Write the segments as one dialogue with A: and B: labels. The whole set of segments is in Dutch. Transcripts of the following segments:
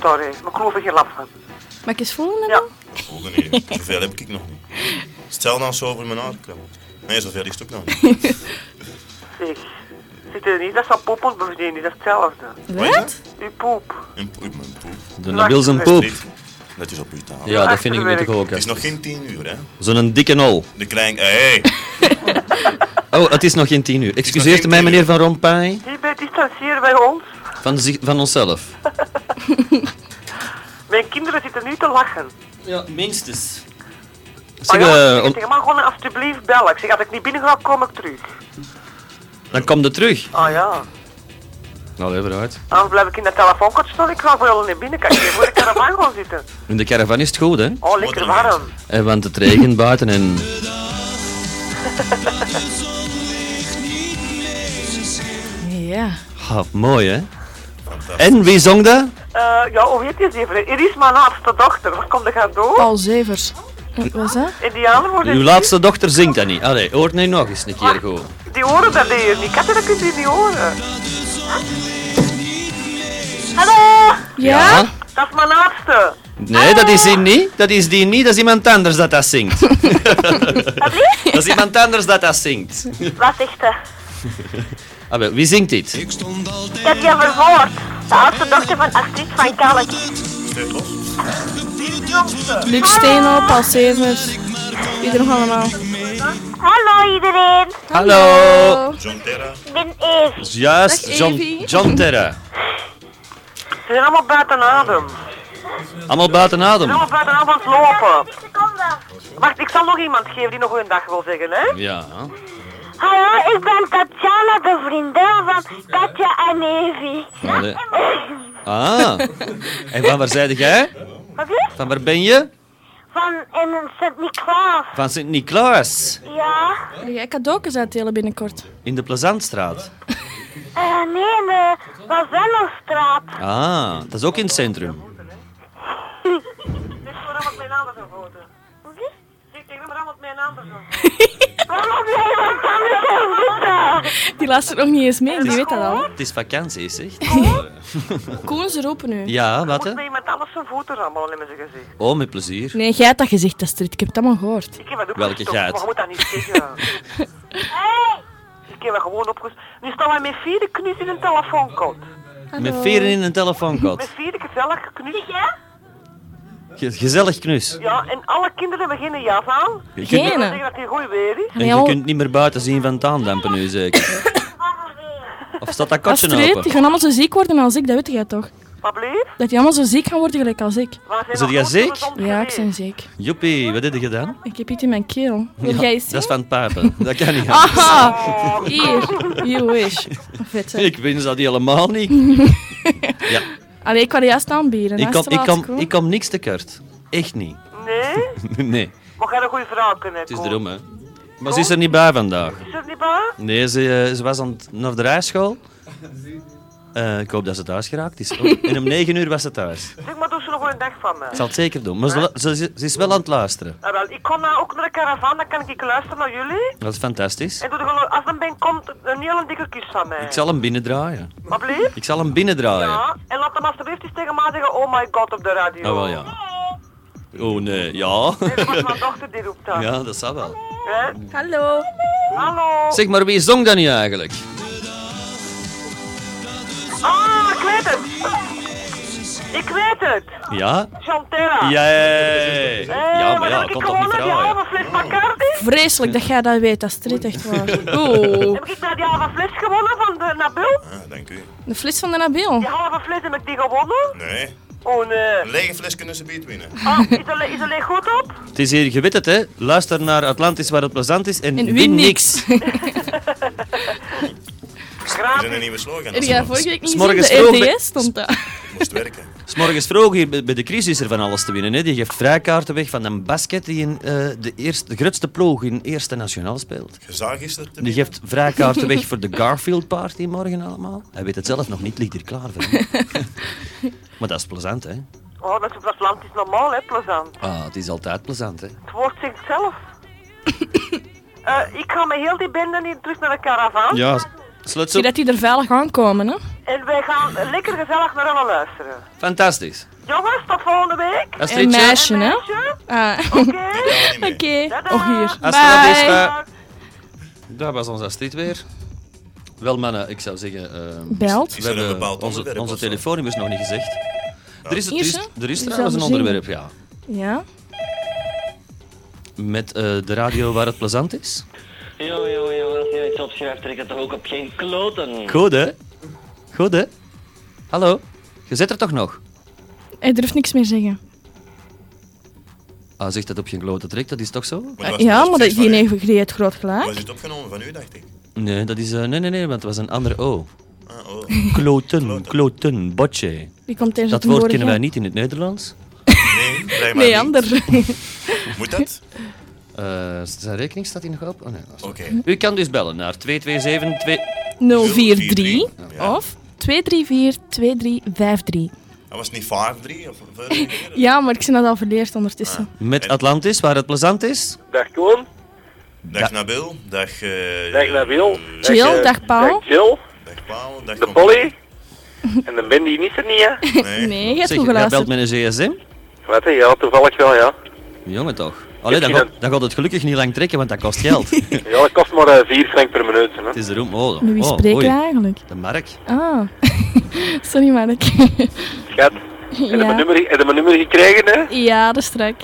A: sorry. Maar ik geloof er geen last van.
B: Mag ik eens voelen?
A: Ja.
B: dan?
C: Voelde niet. Zoveel heb ik nog niet. Stel nou zo over mijn haar krabbelt. Nee, zoveel is het ook nog niet.
A: Zeg. Zit er niet? Dat is dat poepels, bevrienden. Dat is hetzelfde.
C: Wat?
B: Wat?
A: Uw poep.
C: Een poep, mijn poep.
D: De Nabil zijn poep.
C: Dit- Dat is op uw tafel.
D: Ja, dat vind ik niet toch ook.
C: Het is nog
D: hè.
C: geen tien uur, hè?
D: Zo'n dikke nol.
C: De klein... Hé! Hey.
D: Oh, het is nog geen tien uur.
C: nog
D: Excuseert
C: geen
D: mij,
C: tien
D: meneer Van Rompuy,
A: Hierbij distancieren wij ons.
D: van, zich- van onszelf.
A: Mijn kinderen zitten nu te lachen.
D: Ja, minstens.
A: Maar
D: Zeg,
A: ja,
D: eh,
A: ik zeg maar gewoon alsjeblieft bellen. Ik zeg, als ik niet binnen ga, kom ik terug.
D: dan kom je terug.
A: Ah ja.
D: Nou, even uit.
A: Anders blijf ik in dat telefoonkot staan. Ik ga voor jullie niet binnen. Kijk, voor de caravan gaan zitten.
D: In de caravan is het goed, hè?
A: Oh, lekker
C: Wat een
A: warm.
D: Eh, Want het regent buiten en...
B: Ja.
D: Ha, mooi, hè?
C: Fantastisch.
D: En, wie zong dat?
A: Eh, ja, hoe heet je ze even? Iris is mijn laatste dochter. Waar komt de gaan door?
B: Paul Zevers. Eh, Wat was dat?
A: Indianen worden
D: Uw laatste dochter zingt dat niet. Allee, hoort nu nog eens een keer goed.
A: Die horen dat hier niet. Katten, dat kunt u niet horen. Hallo!
B: Ja?
A: Dat is mijn laatste.
D: Nee, dat is die niet. Dat is die niet. Dat is iemand anders dat dat zingt. dat is iemand anders dat dat zingt.
A: Wat zegt hij?
D: Ah, wel, wie zingt dit?
A: Ik heb je vermoord. De oudste dochter van Astrid van Kalk.
C: Steek los.
B: Luc Steenhoop, Paul Zevers. Wie er nog allemaal?
E: Hallo iedereen,
D: Hallo.
C: John Terra.
E: ik ben Eve.
D: Juist,
B: Dag,
D: John,
B: Evie.
D: John Terra.
A: Ze zijn allemaal buiten adem. Ze
D: Allemaal buiten
A: zijn
D: adem.
A: allemaal buiten adem aan het lopen.
E: Seconde.
A: Wacht, ik zal nog iemand geven die nog een dag wil zeggen, hè?
D: Ja.
E: Hallo, ik ben Tatjana, de vriendin van Katja en Evie.
D: Allee. Ah. En van waar zijde jij?
E: Wat is?
D: Van waar ben je?
E: Van in Sint-Niklaas.
D: Van Sint-Niklaas.
E: Ja.
B: Ga jij cadeautjes uitdelen binnenkort?
D: In de Plezantstraat.
E: Eh, nee, in de Lazellenstraat.
D: Ah, dat is ook in het centrum.
A: Dit is waarom ik mijn naam zo voelde. Ik denk waarom ik mijn naam zo
E: Waarom ben je dan Oh, kan ik er zitten?
B: Die luistert nog niet eens mee, die weet dat al.
D: Het is vakantie, zeg.
B: Koen, ze roepen nu.
D: Ja, wat hè?
A: Moet iemand anders zijn voeten rammelen in zijn gezicht.
D: Oh, met plezier.
B: Nee, jij hebt dat gezegd, Astrid. Ik heb het allemaal gehoord.
A: Ik heb dat ook
D: Welke
A: gestopt,
D: geit?
A: maar je moet dat niet zeggen. Ik heb dat gewoon opgestopt. Nu staan wij met vier knus in een telefoonkot.
D: Met veren in een
A: Met
D: telefoonkot.
A: vier gezellig knus.
D: Ge- gezellig knus.
A: Ja, en alle kinderen beginnen jas aan.
D: Je
A: Ik
D: kunt,
A: wil
B: Gene.
A: zeggen dat het goed weer is.
D: en je kunt niet meer buiten zien van het aandampen nu zeker. Of staat dat katje
B: Astrid, die
D: open?
B: gaan allemaal zo ziek worden als ik, dat weet jij toch?
A: Maar bleef?
B: Dat die allemaal zo ziek gaan worden gelijk als ik.
A: Waar
D: Is het
A: nog
D: jij
A: nooit
D: ziek?
A: zo gezond
B: Ja, ik
A: geweest?
B: ben ziek.
D: Joepie, wat heb je gedaan?
B: Ik heb iets in mijn keel. Wil jij eens
D: Dat is
B: zien? Ah,
D: van het pijpen. Dat kan niet.
B: Aha! Hier, you wish. Vet, hè?
D: Ik wens dat die helemaal niet. Ja,
B: Allee, ik kan die juist aanbieden.
D: ik
B: Hmm, dat is
D: kom,
B: te
D: ik,
B: laat,
D: kom,
B: Koen.
D: ik kom niks te kort. Echt niet.
A: Nee?
D: Nee,
A: Maar jij een goede vrouw kunnen
D: het is erom hè. Maar ze is er niet bij vandaag.
A: Is het niet waar?
D: Nee, ze, eh, ze was aan het, naar de rijschool. Eh, ik hoop dat ze thuis geraakt is. Oh, En om 9 uur was ze thuis.
A: Zeg maar, doe ze nog een dag van me.
D: Ik zal het zeker doen. Maar ze, ze- ze is wel aan het luisteren.
A: Ah, wel, ik kom nou ook naar de caravan, dan kan ik luisteren naar jullie.
D: Dat is fantastisch.
A: En doe er gewoon, als een ben komt, een hele dikke kus van mij.
D: Ik zal hem binnendraaien.
A: Maar bleef?
D: Ik zal hem binnendraaien.
A: Ja, en laat hem alsjeblieft eens tegen mij zeggen, oh my god, op de radio.
D: Ah, wel ja. Oh nee, ja.
A: Nee, dat was mijn dochter die roept dat.
D: Ja, dat zou wel.
A: Hè?
B: Hallo.
A: Hallo.
D: Zeg maar, wie zong dat nu eigenlijk?
A: Ah, ik weet het. Ik weet het.
D: Ja?
A: Chantera.
D: Jij! Ja, maar ja,
A: heb
D: kon
A: ik
D: toch
A: gewoon
D: niet
A: naar die halve
D: verhalen?
A: fles Bacardi?
B: Vreselijk dat jij dat weet, Astrid, echt waar. Oeh.
A: Heb ik naar die halve fles gewonnen van de Nabil?
C: Ah, dank u.
B: De fles van de Nabil.
A: Die halve fles heb ik die gewonnen?
C: Nee.
A: Oh nee.
C: Een lege fles kunnen ze beet winnen.
A: Ah, is er, is er leeg goed op?
D: Het is hier, je weet het hè. Luister naar Atlantis waar het plezant is en,
B: En
D: win,
B: win
D: niks.
B: niks.
C: We
A: Gratis.
C: zijn een nieuwe slogan.
B: Heb
C: Als
B: jij
C: je
B: vorige week niet
D: S'morgens
B: gezien?
D: vroeg
B: De
D: bij-
B: RDS stond daar.
C: moest werken.
D: S'morgens vroeg hier bij bij de crisis is er van alles te winnen. Hè. Die geeft vrijkaarten weg van een basket die in eh, de, eerste, de grootste ploeg in Eerste Nationaal speelt.
C: Gezaag is er te
D: Die geeft vrijkaarten weg voor de Garfield Party morgen allemaal. Hij weet het zelf nog niet, ligt er klaar voor. hè. maar dat is plezant hè.
A: Oh, dat is op het land is normaal, hè, plezant.
D: Ah, het is altijd plezant hè.
A: Het woord zegt zelf. Eh, ik ga met heel die bende hier terug naar de caravan.
D: Ja, sluit
B: Zie
D: ze
B: dat die er veilig aankomen, hè?
A: En wij gaan lekker gezellig naar allemaal luisteren.
D: Fantastisch.
A: Jongens, tot volgende week.
B: Een
D: Astridje,
B: meisje, hè?
A: Meisje,
B: Ah,
A: Oké.
C: Niet meer.
B: Oké.
A: Dadah.
B: Oh, hier.
D: Hasta la
B: Bye.
D: vista. Daar was ons Astrid weer. Wel mannen, ik zou zeggen... ehm,
B: Belt.
C: Is
D: we
C: er een
D: hebben
C: bepaald
D: onze,
C: onderwerp
D: onze
C: of zo?
D: telefoonnummer is nog niet gezegd. Er is, er
B: Hier
D: is,
B: ze?
D: er is
B: Die
D: trouwens een
B: zal bezingen.
D: onderwerp, ja.
B: Ja.
D: Met eh, de radio waar het plezant is.
F: Jo, jo, jo, als je iets opschrijft, trek het toch ook op geen kloten.
D: Goed, hè? Goed, hè? Hallo? Je zit er toch nog?
B: Hij durft niks meer zeggen.
D: Ah, zegt dat op geen klote trek, dat is toch zo?
C: Maar dat was niet
B: ja,
C: eens
B: maar
C: precies
B: dat, die
C: van u.
B: heeft gereed groot gelijk.
C: Was dit opgenomen van u, dacht ik?
D: Nee, dat is... eh, nee, nee, nee, want het was een ander O.
C: Ah, oh.
D: Kloten, kloten, botje.
B: Die komt tijdens
D: Dat
B: het
D: woord
B: woord
D: kennen wij niet in het Nederlands.
C: Nee, blijkbaar
B: Nee,
C: niet.
B: ander.
C: Moet dat?
D: Eh, zijn rekening staat hier nog op? Oh, nee, dat is-
C: Oké.
D: U kan dus bellen naar 227... 2...
B: 043
C: Ja.
B: of 234-2353.
C: Dat was niet 5-3 of 4
B: Ja, maar ik ben dat al verleerd ondertussen.
D: Met Atlantis, waar het plezant is.
G: Dag Koen.
C: Dag Nabil, dag... eh,
G: Dag Nabil.
B: Jill,
G: eh,
B: dag Paul.
G: Dag Jill.
C: Dag Paul, dag...
G: De Polly. en de Ben die niet er niet, hè?
C: Nee.
B: Nee, je hebt
D: Zeg,
B: goed
D: jij belt
B: geluisterd.
D: met een gsm?
G: Wat, hè? ja, toevallig wel, ja.
D: Jongen toch. Allee, dan,
G: Heb je
D: gaat- dan gaat het gelukkig niet lang trekken, want dat kost geld. het
G: Ja, dat kost maar eh, 4 frank per minuut, hè.
D: is erom. Oh,
B: Met wie
D: oh,
B: spreek
D: oei.
B: je eigenlijk?
D: De Mark.
B: Ah, sorry Mark.
G: Schat. Heb je mijn
B: ja.
G: nummer, heb je mijn nummer gekregen, hè?
B: ja, dat is strak.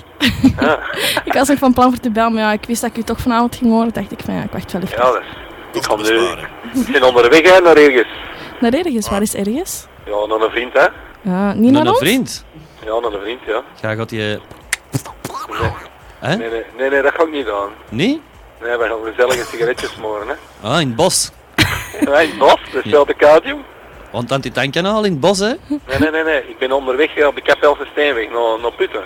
G: Ah.
B: ik was nog van plan voor te bellen, maar ja, ik wist dat ik u toch vanavond ging horen. dacht ik van ja, ik wacht wel even.
G: Ja, dat is... Ik ga
C: Kosten
G: nu...
C: besparen.
G: Ik ben onderweg, hè, naar ergens.
B: Naar
D: Ah.
B: ergens, waar is ergens?
G: Ja, naar een vriend, hè.
B: Ja, niet
D: Nog
B: naar
D: een
B: ons?
D: vriend.
G: Ja, naar een vriend, ja.
D: Ja, gaat je... Hè?
G: Nee, nee, nee, nee, dat ga ik niet doen.
D: Nee?
G: Nee, wij gaan gezellige sigaretjes smoren, hè.
D: Ah, in het bos.
G: Ja, in het bos, dat is wel de koud, joh.
D: Want aan die tankkanaal in het bos, hè? Ah,
G: Nee, nee, nee, nee. Ik ben onderweg eh, op de Kapelse Steenweg, naar, naar Putten.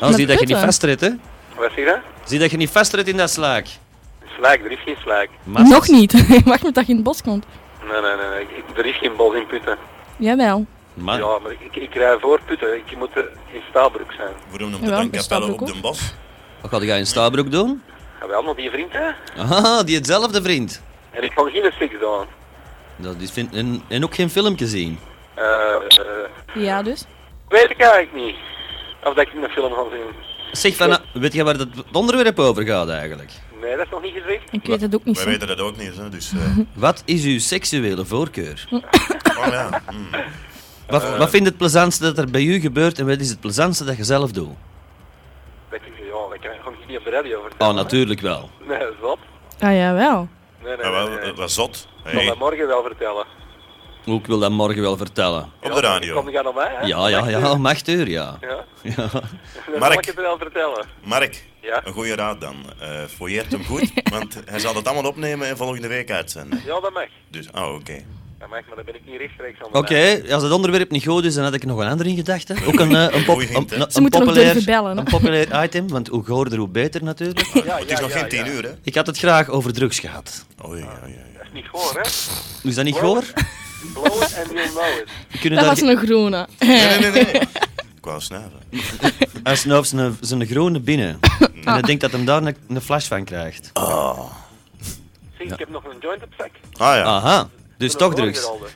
D: Ah, zie dat je
B: putten.
D: niet vastredt, hè?
G: Wat zeg je?
D: Zie dat je niet vastredt in dat slaak.
G: Slijk, er is geen slijk.
D: Maar-
B: Nog niet. Wacht met dat je in het bos komt.
G: Nee, nee, nee, nee. Ik- er is geen bos in Putten.
B: Jawel.
D: Maar,
G: Ja, maar ik, ik rij voor Putten. Ik moet eh, in Staalbroek zijn.
C: Waarom noemt de
B: Ja,
C: Dankapelle
B: dat staat
C: op
B: ook
C: Den Bos?
D: wat ga jij in Stabroek doen?
G: Ga wel nog die vriend, hè?
D: Ah, die hetzelfde vriend.
G: En ik kan geen seks doen.
D: Dat is vind... en, en ook geen filmpje zien.
G: Eh, eh,
B: Ja, dus.
G: weet ik eigenlijk niet. Of dat ik in een film ga zien.
D: Zeg, van, weet jij waar het onderwerp over gaat eigenlijk?
G: Nee, dat is nog niet gezegd.
B: Ik weet het ook niet
C: Wij
B: zo.
C: weten dat ook niet, hè, dus... eh,
D: Wat is uw seksuele voorkeur?
C: oh ja. Eh. mm.
D: Wat, wat vindt het plezantste dat er bij u gebeurt en wat is het plezantste dat je zelf doet?
G: Dat ik, ja, dat kan kan ik niet op de radio vertellen.
D: Oh, natuurlijk wel.
G: hè. Nee, dat is wat.
B: Ah, jawel.
G: Nee, nee, nee.
C: Ja, wel,
G: nee.
C: eh, wat zot.
G: Ik zal
C: Hey,
G: dat morgen wel vertellen.
D: Ook ik wil dat morgen wel vertellen.
C: op de radio.
G: Kom je naar mij, hè?
D: Ja, ja, ja, om acht uur,
C: Ah.
D: ja.
G: Ja,
D: ja.
G: dan
C: Mark.
G: zal ik het wel vertellen.
C: Mark,
G: Ja?
C: een goede raad dan. Eh fouilleert hem goed, want hij zal het allemaal opnemen en volgende week uitzenden.
G: Ja, dat mag.
C: Dus, oh, oké.
G: Dat mag, maar dan ben ik niet rechtstreeks aan de
D: Oké, als het onderwerp niet goed is, dan had ik nog een ander in gedachten. Ook een, eh, een, pop,
C: Goeie
D: een,
C: hint, hè?
D: een-
B: Ze moeten nog
D: populair,
B: durven bellen, hè?
D: een populair item, want hoe gehoorder, hoe beter natuurlijk.
G: lijn. Ja,
C: Het is
G: ja,
C: nog
G: ja,
C: geen tien
G: ja.
C: uur, hè?
D: Ik had het graag over drugs gehad.
C: Oh ja, ja, ja.
G: Niet hoor, hè?
D: Is dat niet hoor?
G: Blow it and you'll know it.
D: We kunnen
B: Dat
D: daar
B: was een groene.
C: Nee, nee, nee. nee. Ik wou snuiven.
D: Hij snuift zijn, zijn groene binnen.
B: Ah.
D: En hij denkt dat hem daar een, een flash van krijgt.
G: Zie, ik heb nog een joint op zak.
C: Ah ja.
D: Aha, dus
G: Een
D: toch drugs.
G: voorgerolde.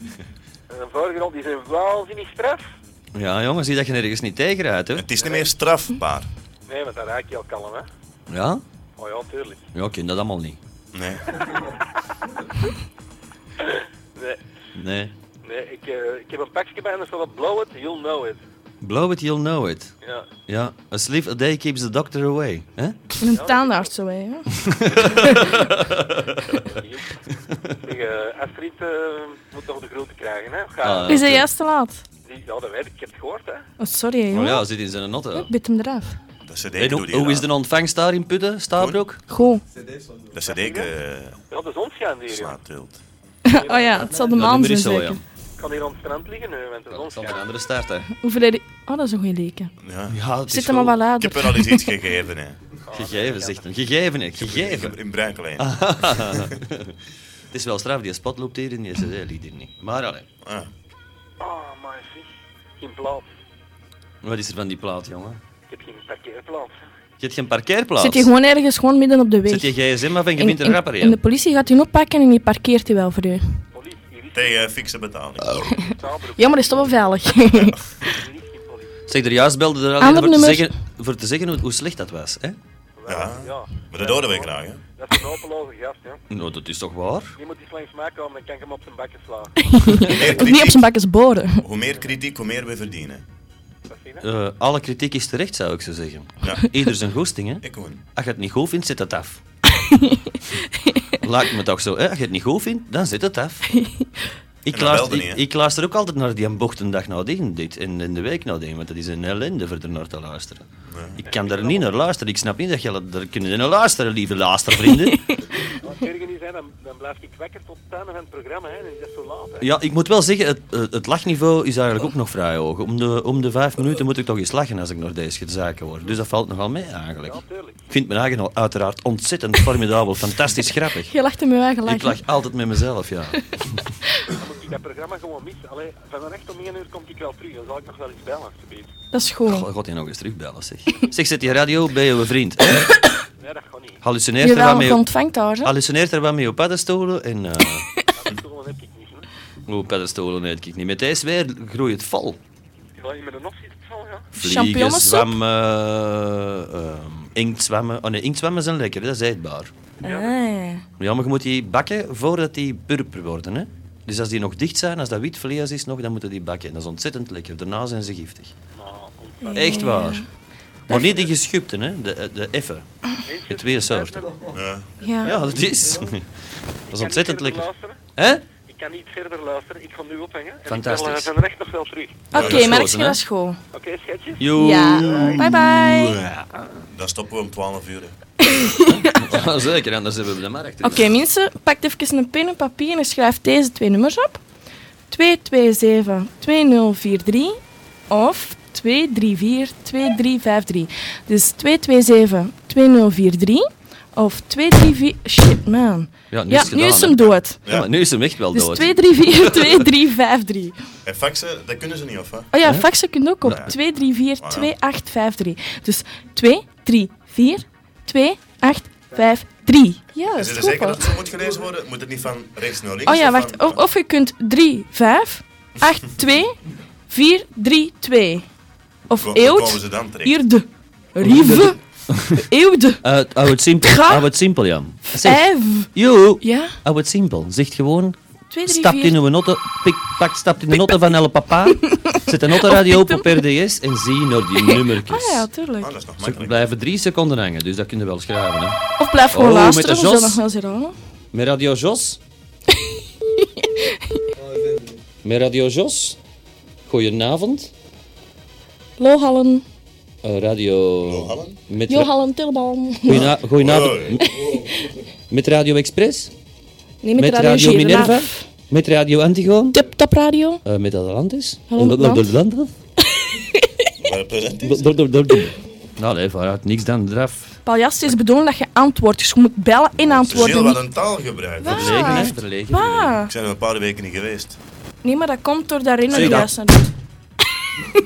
G: Een voorgerolde, die zijn waanzinnig straf.
D: Ja, jongen, zie dat je nergens niet tegen rijdt, hè?
C: Het is niet meer strafbaar.
G: Nee, want dan raak je al kalm, hè.
D: Ja?
G: Oh ja, tuurlijk.
D: Ja, ik ken dat allemaal niet.
C: Nee.
G: Nee,
D: Nee.
G: nee ik, eh, ik heb een pakje bij en dan staat op blow it, you'll know it.
D: Blow it, you'll know it.
G: Ja.
D: Ja, a sleep a day keeps the doctor away. hè?
B: Een tandarts zo, hè. ja.
G: Zeg, eh, Astrid eh, moet nog de groeten krijgen, hè. Ga,
D: Ah,
B: Is hij juist te laat?
G: die, ja, dat weet ik. Ik heb het gehoord, hè.
B: Oh, sorry, hè,
D: Oh
B: jongen.
D: ja, zit in zijn auto.
B: Ik bid hem eraf.
C: Dat cd
D: En
C: doe
D: hoe,
C: die
D: hoe is
C: raad.
D: de ontvangst daar in Putten, Stabroek?
B: Goh.
C: Dat cd eh,
G: Ja, de zon schijnt hier, joh.
C: slaat tilt.
B: Oh ja, het zal de
D: Dat
B: maan zijn
D: nummer is zo,
B: zeker.
D: ja.
G: Ik kan hier aan het strand liggen nu, want de zon
D: Dat zal een
G: schijnt.
D: andere start, hè.
B: Hoeveel hij... Oh, dat is een goeie leken.
C: Ja.
D: Ja, het is
B: Zit hem al wel
C: Ik heb
B: later.
C: er al eens iets gegeven, hè.
D: Gegeven, zegt hem. Gegeven, hè.
C: Ik
D: Gegeven. Ah.
C: heb in Bruikelijn.
D: Het is wel straf, die spot loopt hier in die cd liet hier niet. Maar allee,
C: Ah.
G: Oh, maar zie. Geen plaats.
D: wat is er van die plaat, jongen?
G: Ik heb geen parkeerplaats.
D: Je hebt geen parkeerplaats.
B: Zit je gewoon ergens gewoon midden op de weg.
D: Zit je gsm af en je
B: En-
D: bent een
B: en-
D: rapper,
B: En de
D: in.
B: politie gaat je oppakken en die parkeert je wel voor u.
G: Politie, hier is
C: Tegen fikse betaling.
B: Ja, maar is toch wel veilig?
D: Zeg, er juist belde er alleen
B: Ander
D: voor te,
B: nummer.
D: zeggen, voor te zeggen hoe, hoe slecht dat was. Hè?
C: Ja.
G: Ja.
C: Maar dat horen wij graag, hè?
G: Dat is een hopeloze gast, hè.
D: Nou, dat is toch waar?
G: Iemand die slangs mij komen, dan kan ik hem op zijn bakken slaan.
C: Hoe
B: Of niet
C: meer
B: op
C: kritiek,
B: zijn bakjes boren.
C: hoe meer kritiek, hoe meer we verdienen.
G: Dat zie je, hè?
D: Eh, alle kritiek is terecht, zou ik zo zeggen.
C: Ja.
D: Ieder zijn goesting, hè?
C: Ik gewoon.
D: Als je het niet goed vindt, zet het af. Lijkt me toch zo, hè? Als je het niet goed vindt, dan zet het af. Ik
C: dat
D: luister,
C: belde niet,
D: ik,
C: hè?
D: ik luister ook altijd naar die bochtendag nadien dit, en, en de week nadien, want dat is een ellende voor er naar te luisteren. Ik kan daar niet naar luisteren. Ik snap niet dat je daar kunnen naar luisteren, lieve luistervrienden.
G: Als Jurgen niet zijn, dan, dan blijf ik wakker tot het einde van het programma, hè. Dan is dat zo laat, hè.
D: ja, ik moet wel zeggen, het, eh, het lachniveau is eigenlijk ook nog vrij hoog. Om de, om de vijf minuten moet ik toch eens lachen als ik naar deze zaken hoor. Dus dat valt nogal mee eigenlijk.
G: Tuurlijk.
D: Ik vind mijn eigen al uiteraard ontzettend formidabel, fantastisch grappig.
B: Je lacht hem wel
D: Ik
B: gelijk.
D: lach altijd met mezelf, ja.
G: Dan moet ik dat programma gewoon missen. Allee, vannacht om 1 uur kom ik wel terug. Dan zal ik nog wel eens bellen, alsjeblieft.
B: Dat is goed.
D: God, God, je nog eens terugbellen, zeg. Zeg, zet die radio bij je vriend.
G: Nee, dat gaat niet.
D: Hallucineert er wat
B: Jawel,
D: mee
B: je
D: op,
B: ontvangt daar, hè?
D: hallucineert er wat mee op paddenstoelen en... eh,
G: Dat gewoon heb ik niet, hè.
D: oh, paddenstoelen weet ik niet. Met deze weer groeit het vol.
G: Ik ga hier met een opzit van, ja.
D: Vliegen,
B: Champignonsoep?
D: zwammen, eh, ehm, inktzwammen. Oh nee, inktzwammen zijn lekker, dat is eetbaar.
B: Ah, ja.
D: Ja, maar je moet die bakken voordat die purper worden, hè. Dus als die nog dicht zijn, als dat wit vlees is nog, dan moeten die bakken. Dat is ontzettend lekker. Daarna zijn ze giftig.
G: Nou, kom.
D: Echt waar. Maar niet de geschupte, hè. De, eh, de effen. Het weer soorten.
C: Ja.
B: Ja.
D: Ja, dat is. Dat is
G: Ik kan niet
D: ontzettend
G: verder
D: lekker.
G: luisteren.
D: Hè?
G: Ik kan niet verder luisteren. Ik ga nu ophangen. En ik
D: Fantastisch.
G: bel eh, vannacht nog wel terug.
D: dat is
B: Oké, maar ik
D: goed,
B: zie
D: hè?
B: dat is goed.
G: Oké, schatje?
D: Joe.
B: Ja. Bye bye.
C: Dan stoppen we om 12 uur. hè.
D: Zeker, anders hebben we de markt. dus.
B: Oké mensen, pak even een pen en papier en schrijf deze twee nummers op. 227-2043 of 234-2353. Dus 227-2043 of 234... Shit man.
D: Ja, nu
B: ja,
D: is
B: nu
D: het gedaan,
B: is
D: hè.
B: hem dood.
D: Ja, maar nu is hem echt wel dood.
B: Dus 234-2353.
C: En faxen, dat kunnen ze niet, of hè?
B: Oh ja, faxen kun je ook op.
D: Ja.
B: 234-2853. Dus 234-2853. Ja, dat
C: Is het
B: is
C: er
B: goed
C: zeker
B: hoor.
C: dat het zo moet gelezen worden? Moet het niet van rechts naar links?
B: Oh ja,
C: of
B: wacht.
C: van-
B: Of, of je kunt 3, 5, 8, 2, 4, 3, 2. Of
C: Ko- komen
B: eeuwd,
C: ze dan terecht?
B: ierde, rieve, eeuwde,
D: Eh, hou het simpel.
B: Ga.
D: Hou het simpel, Jan. Zeg,
B: vijf.
D: joe.
B: Ja,
D: Hou het simpel. Zegt gewoon,
B: 2, 3,
D: stapt in
B: 4.
D: uw notte, pik, pak, stapt in de notte van Elle Papa, zet de nottenradio op op RDS en zie naar die
B: Ah ja,
D: nummertjes.
C: Ah,
B: tuurlijk.
C: dat is nog
D: Ze
C: makkelijk.
D: blijven drie seconden hangen, dus dat kun je wel schrijven. Hè.
B: Of blijf gewoon
D: Oh, met
B: luisteren,
D: de
B: we zullen
D: Jos.
B: nog wel eens herhalen.
D: Met Radio Jos. Met Radio Jos. Goedenavond.
B: Lohallen,
D: Eh, radio...
C: Hallen?
D: Met ra-
B: Johallen, Tilban.
D: Goeina- Goedenavond.
C: Hoi.
D: Met Radio Express.
B: Nee,
D: Met, Radio, Minerva. Met Radio Antigoon.
B: Tip Top Radio.
D: Eh, met Atlantis.
B: Hallo,
D: Door- door- door-
B: Atlant.
D: door- door-
C: Eh, present is.
D: door- door- door- door- door. Nou, nee, vooruit. Niks dan draf.
B: Paljas, het is bedoeld dat je antwoordt, dus je moet bellen en
C: Gilles,
B: antwoorden.
C: wat
B: niet-
C: een taalgebruik.
D: Verlegen, hè? Verlegen.
B: Ah,
C: Ik ben er een paar weken niet geweest.
B: nee, maar dat komt door daarin dat
D: Zeg
B: je
D: dat.
B: juist naar doet.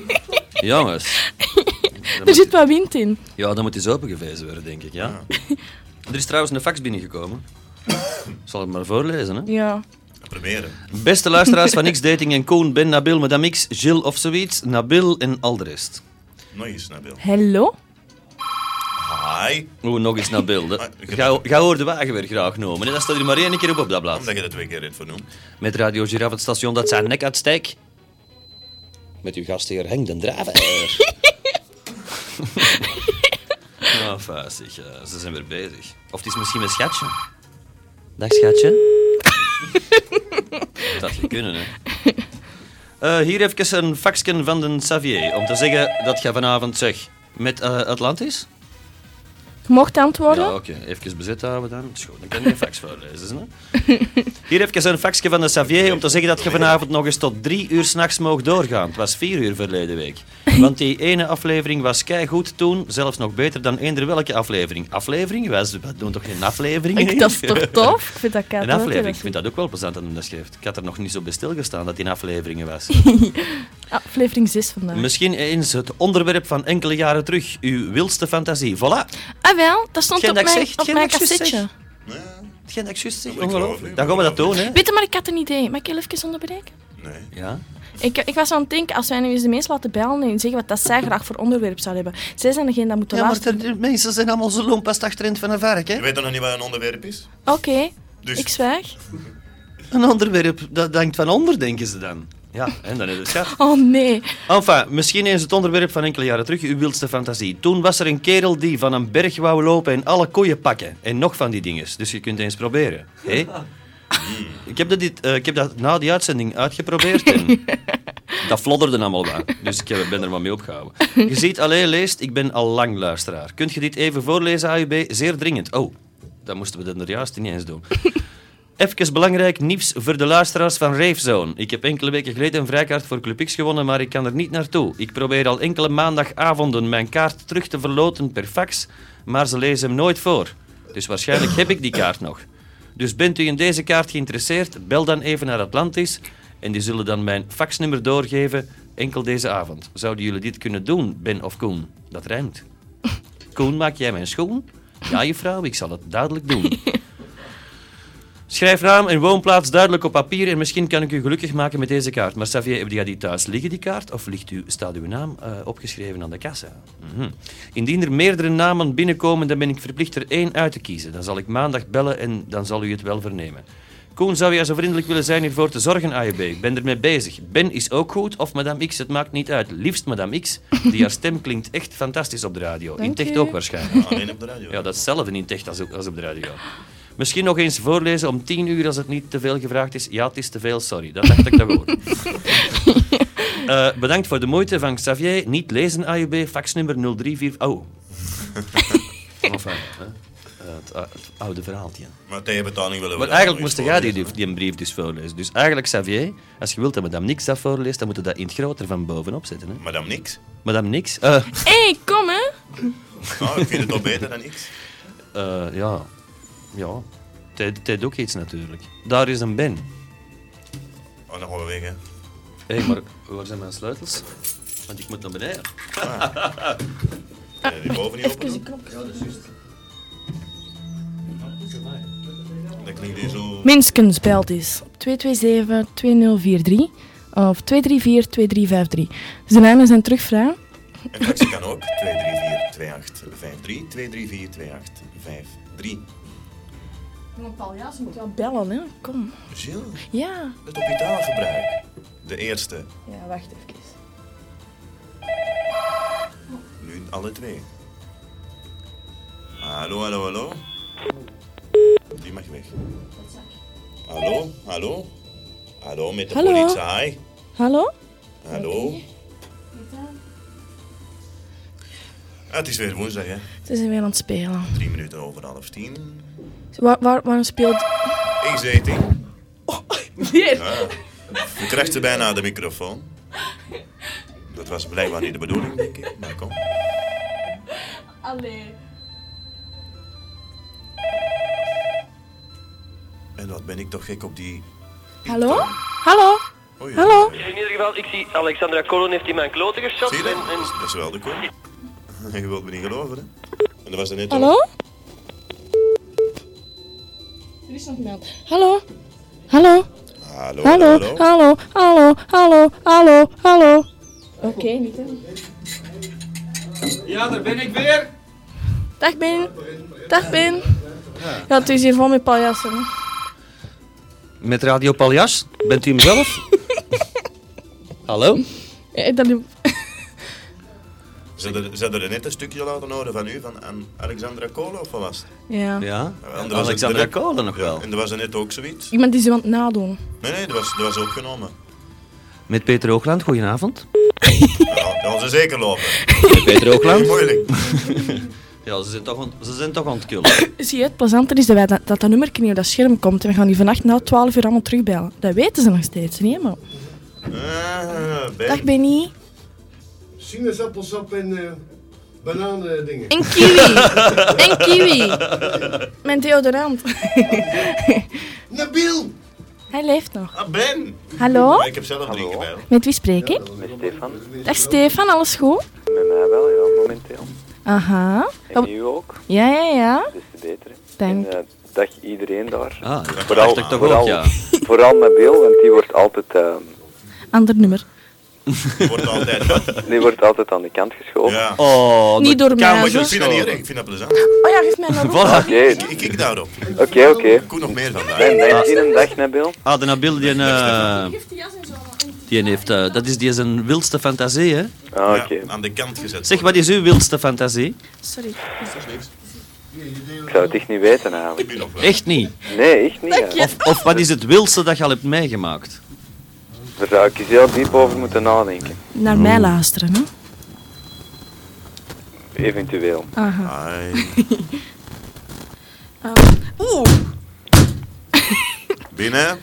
D: Jongens.
B: Er zit wat wind in.
D: Ja, dan moet eens opengewezen worden, denk ik, ja. Er is trouwens een fax binnengekomen. Zal ik maar voorlezen, hè?
B: Ja.
C: Proberen.
D: Beste luisteraars van X-Dating en Koen, Ben, Nabil, Madame X, Jill of zoiets, Nabil en al de rest.
C: Nog eens, Nabil.
B: Hallo?
C: Hi.
D: Oeh, nog eens Nabil.
C: Ah,
D: dat-
C: ik heb-
D: Ga ga hoor de wagen weer graag noemen. En dat staat er maar één keer op op dat blad.
C: Omdat je dat twee keer hebt vernoemd.
D: Met Radio Giraffe het station dat zijn nek uitsteekt. Met uw gastheer Henk den Draver. Nou, fijn zeg. eh, ze zijn weer bezig. Of het is misschien met schatje. Dag schatje. dat je kunnen, hè. Eh, hier even een faxken van de Xavier om te zeggen dat je vanavond zeg met eh, Atlantis.
B: Je mocht antwoorden?
D: Ja, oké. Even bezet houden dan. Is goed. Dan kan je een fax voorlezen. Hè? Hier even een faxje van de Xavier om te zeggen dat je vanavond nog eens tot drie uur s'nachts mocht doorgaan. Het was vier uur verleden week. Want die ene aflevering was goed toen, zelfs nog beter dan eender welke aflevering. Aflevering? Wij z- wij doen toch geen aflevering?
B: Ik, dat is toch tof? Ik vind dat kat.
D: Een aflevering. Ik vind dat ook wel plezant aan dat schrijft. Ik had er nog niet zo bij stilgestaan dat die een afleveringen was.
B: Ah, Aflevering 6 vandaag.
D: Misschien eens het onderwerp van enkele jaren terug. Uw wildste fantasie. Voilà.
B: ah wel, dat stond
D: Geen
B: op
D: dat ik
B: mijn,
D: zeg,
B: op
D: geen
B: mijn
D: dat ik juist
B: cassetje.
C: Ja.
D: Hetgeen dat ik juist zie,
C: Dat moet ik
D: ongelooflijk.
C: geloven,
D: Dan gaan we dat doen, hè?
B: Weet je, maar ik had een idee. Mag ik heel even onderbreken?
C: Nee.
D: Ja.
B: Ik, ik was aan het denken, als wij nu eens de mensen laten bellen en zeggen wat dat zij graag voor onderwerp zou hebben. Zij zijn degene dat moeten
D: Ja, maar
B: luisteren.
D: de, de mensen zijn allemaal zo lompast achterin van een vark, hè?
C: Je weet dan nog niet wat een onderwerp is.
B: Oké,
C: Dus
B: ik zwijg.
D: Een onderwerp, dat denkt van onder, denken ze dan. Ja, en dan is het schat.
B: Oh nee.
D: Enfin, misschien eens het onderwerp van enkele jaren terug, uw wildste fantasie. Toen was er een kerel die van een berg wou lopen en alle koeien pakken. En nog van die dinges, dus je kunt eens proberen. Hé? Ik, heb dat dit, eh, ik heb dat na die uitzending uitgeprobeerd en dat flodderde allemaal wel. Dus ik heb- ben er maar mee opgehouden. Je ziet, alleen leest, ik ben al lang luisteraar. Kunt je dit even voorlezen, AUB? Zeer dringend. Oh, dat moesten we dan er juist niet eens doen. Even belangrijk nieuws voor de luisteraars van Ravezone. Ik heb enkele weken geleden een vrijkaart voor Club X gewonnen, maar ik kan er niet naartoe. Ik probeer al enkele maandagavonden mijn kaart terug te verloten per fax, maar ze lezen hem nooit voor. Dus waarschijnlijk heb ik die kaart nog. Dus bent u in deze kaart geïnteresseerd, bel dan even naar Atlantis en die zullen dan mijn faxnummer doorgeven enkel deze avond. Zouden jullie dit kunnen doen, Ben of Koen? Dat rijmt. Koen, maak jij mijn schoen? Ja, juffrouw, ik zal het duidelijk doen. Schrijf naam en woonplaats duidelijk op papier en misschien kan ik u gelukkig maken met deze kaart. Maar Xavier, heb jij die thuis liggen, die kaart? Of ligt u, staat uw naam eh, opgeschreven aan de kassa? Mhm. Indien er meerdere namen binnenkomen, dan ben ik verplicht er één uit te kiezen. Dan zal ik maandag bellen en dan zal u het wel vernemen. Koen, zou jij zo vriendelijk willen zijn hiervoor te zorgen, AJB? Ik ben ermee bezig. Ben is ook goed, of madame X, het maakt niet uit. Liefst madame X, die haar stem klinkt echt fantastisch op de radio.
B: Dank
D: In Techt
B: u.
D: ook waarschijnlijk.
C: alleen op de radio.
D: Ja, datzelfde in echt als, op- als op de radio. Misschien nog eens voorlezen om tien uur als het niet te veel gevraagd is. Ja, het is te veel, sorry. Dat dacht ik toch ook. Eh, bedankt voor de moeite van Xavier. Niet lezen, AUB, faxnummer 034... Oh. enfin, hè. Eh, het, ou- het oude verhaaltje.
C: Maar tegen betaling willen we
D: Maar
C: dat
D: eigenlijk
C: nog eens
D: moest jij die,
C: voorlezen,
D: die, die brief dus voorlezen. Dus eigenlijk, Xavier, als je wilt dat madame Niks dat voorleest, dan moet je dat in het groter van bovenop zetten. Hè?
C: hè. Madame Niks.
D: Madame Niks? Eh,
B: Hé, kom hè.
C: Nou, ik vind het al beter dan X.
D: Eh, ja. Ja. Tijd tijd ook iets natuurlijk. Daar is een Ben.
C: Oh, dan gaan we weg, hè.
D: Hé, hey, maar waar zijn mijn sleutels? Want ik moet naar beneden.
C: Eh, Ah. die boven niet open
B: Even
C: doen.
B: een knop.
C: Dat klinkt hier zo...
B: Minskens belt is op 227-2043 of 234-2353. Zijn namen zijn terug vrij.
C: En faxen kan ook. 234-2853. 234-2853.
B: Paul Jaas moet wel bellen, hè. Kom.
C: Gilles,
B: Ja.
C: het op je taalgebruik. De eerste.
B: Ja, wacht even.
C: Nu alle twee. Hallo, hallo, hallo. Die mag weg. Hallo, hallo. Hallo met de
B: Hallo.
C: politie. Hi.
B: Hallo?
C: Hallo. Ah, het is weer woensdag, hè.
B: Ze zijn weer aan het spelen.
C: Drie minuten over half tien.
B: Waar, waar, waarom speelt...
C: Ik zet in.
B: Hier.
C: Ja. Je krijgt er bijna de microfoon. Dat was blijkbaar niet de bedoeling, denk ik. Maar kom.
B: Allee.
C: En wat ben ik toch gek op die...
B: Hallo? Hallo?
C: Oei,
B: Hallo?
F: In ieder geval, ik zie Alexandra Colon heeft in mijn kloten
C: Zie je
F: geschopt.
C: dat?
F: En, en
C: Dat is wel de koe. Je wilt me niet geloven, hè? En dat was er net
B: Hallo?
C: ook.
B: Er is nog iemand. Hallo? Hallo?
C: Hallo, hallo,
B: Hallo?
C: hallo.
B: Hallo? Hallo? Hallo? Hallo? Hallo? Oké, niet hè.
H: Ja, daar ben ik weer.
B: Dag Ben. Dag Ben. Ja, het is hier vol met paljassen. hè.
D: Met Radio Paljas? Bent u hem zelf? Hallo?
B: Ja, ik dacht-
C: Ze hadden- ze hadden er net een stukje laten horen van u, van aan Alexandra Kolen of wat was het?
B: Ja.
D: Ja?
C: Ja, en er was
D: Alexandra
C: een-
D: Kolen nog
C: Ja,
D: wel.
C: En er was er net ook zoiets.
B: Iemand die ze aan het nadoen.
C: Nee, nee, dat was, dat was opgenomen.
D: Met Peter Oogland, goedenavond.
C: Ja, dat was er zeker lopen.
D: Met Peter
C: Niet moeilijk.
D: Ja, ze zijn toch, ont- ze zijn toch aan het kullen.
B: Zie je, het plezanter is dat wij dat, dat, dat nummer niet op dat scherm komt en we gaan die vannacht na 12 uur allemaal terugbellen. Dat weten ze nog steeds, niet helemaal.
C: Ah, ben.
B: Dag Benny.
I: sinaasappelsap en eh, bananen dingen.
B: En kiwi. en kiwi. Mijn deodorant.
I: Nabil!
B: Hij leeft nog.
C: Ah, Ben!
B: Hallo?
C: Maar ik heb zelf drie keer
B: Met wie spreek ik?
F: met Stefan.
B: Dag Stefan, alles goed?
F: Met mij wel, ja, momenteel.
B: Aha.
F: En u ook.
B: Ja, ja, ja.
F: Dat is de betere.
B: Dank.
F: En, eh,
H: Dag iedereen daar.
D: Ah, dat
C: Vooral-
D: dacht ik toch ook,
H: vooral,
D: ja.
H: vooral met Bill, want die wordt altijd, eh,
B: Ander nummer.
C: Je wordt altijd wat.
H: die wordt altijd aan de kant geschoven.
C: Ja.
D: Oh,
B: Niet
D: dat
B: door
D: kan
B: mij,
D: ik
C: Maar ik
D: niet
C: vind dat niet
D: zo.
C: erg, ik vind dat plezant.
B: Oh ja, geef mij een nummer.
D: Voilà.
H: Oké,
C: Ik kijk daarop.
H: oké, oké.
C: Ik koe nog meer vandaag.
H: Mijn mijn een dag met Bill.
D: Ah, de Nabil, die, eh, die heeft... eh, dat is, die zijn wildste fantasie, hè?
H: Ah,
C: Ja,
H: oké.
C: aan de kant gezet.
D: Zeg, wat is uw wildste fantasie?
B: Sorry.
H: Ik zou het echt niet weten eigenlijk.
C: Nu nog wel.
D: Echt niet.
H: Nee, echt niet. eigenlijk.
D: Of, of wat is het wildste dat je al hebt meegemaakt?
H: Daar zou ik eens heel diep over moeten nadenken.
B: Naar mij luisteren, hè?
H: Eventueel.
B: Aha.
C: Ai,
B: Oeh.
C: binnen.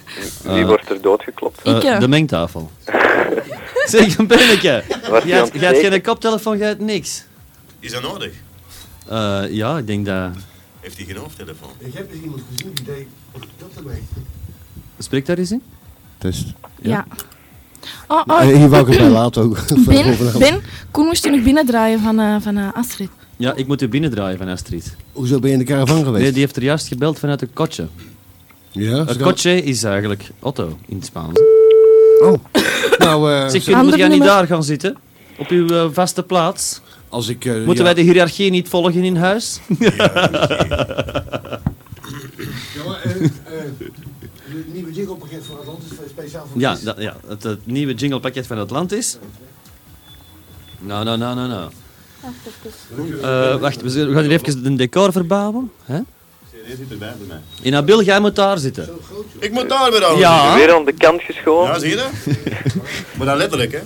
H: Wie wordt er doodgeklopt?
B: Ik,
D: Eh,
B: ja.
D: de mengtafel. zeg, een binnetje.
H: Wordt
D: Je
H: die
D: hebt, je hebt
H: ontzekerd?
D: geen koptelefoon, je hebt niks.
C: Is dat nodig?
D: Eh, ja, ik denk dat...
C: Heeft hij geen hoofdtelefoon?
I: Ik heb dus iemand gezien die deed dat ermee.
D: Spreekt daar eens in?
J: Test.
B: Ja. Oh, oh.
J: Eh, Hier wou ik het bij laten ook.
B: Ben, ben, Koen moest je nog binnendraaien van, eh, van eh, Astrid.
D: Ja, ik moet u binnendraaien van Astrid.
J: Hoezo ben je in de caravan geweest?
D: Nee, die heeft er juist gebeld vanuit een kotje.
J: Ja, ze
D: Een
J: kan-
D: kotje is eigenlijk Otto in het Spaans. hè.
J: Oh. Nou, eh,
D: Zeg, jullie
B: Ander
D: moeten niet
B: nummer.
D: daar gaan zitten. Op uw eh, vaste plaats.
J: als ik... eh,
D: Moeten
J: ja,
D: wij de hiërarchie niet volgen in huis?
I: Ja, maar eh, eh, het nieuwe jingelpakket voor Atlantis is speciaal voor
D: Ja,
I: Chris.
D: dat- ja het, het nieuwe jinglepakket van Atlantis. Nou, nou, nou, nou, nou. Eh, wacht, we zullen- we gaan hier even een decor verbouwen. Hè?
C: Deze zit erbij bij mij.
D: In Abil, jij moet daar zitten.
C: Ik moet daar weer aan.
D: Ja.
H: Weer aan de kant geschoven.
C: Ja, zie je dat? maar dan letterlijk, hè?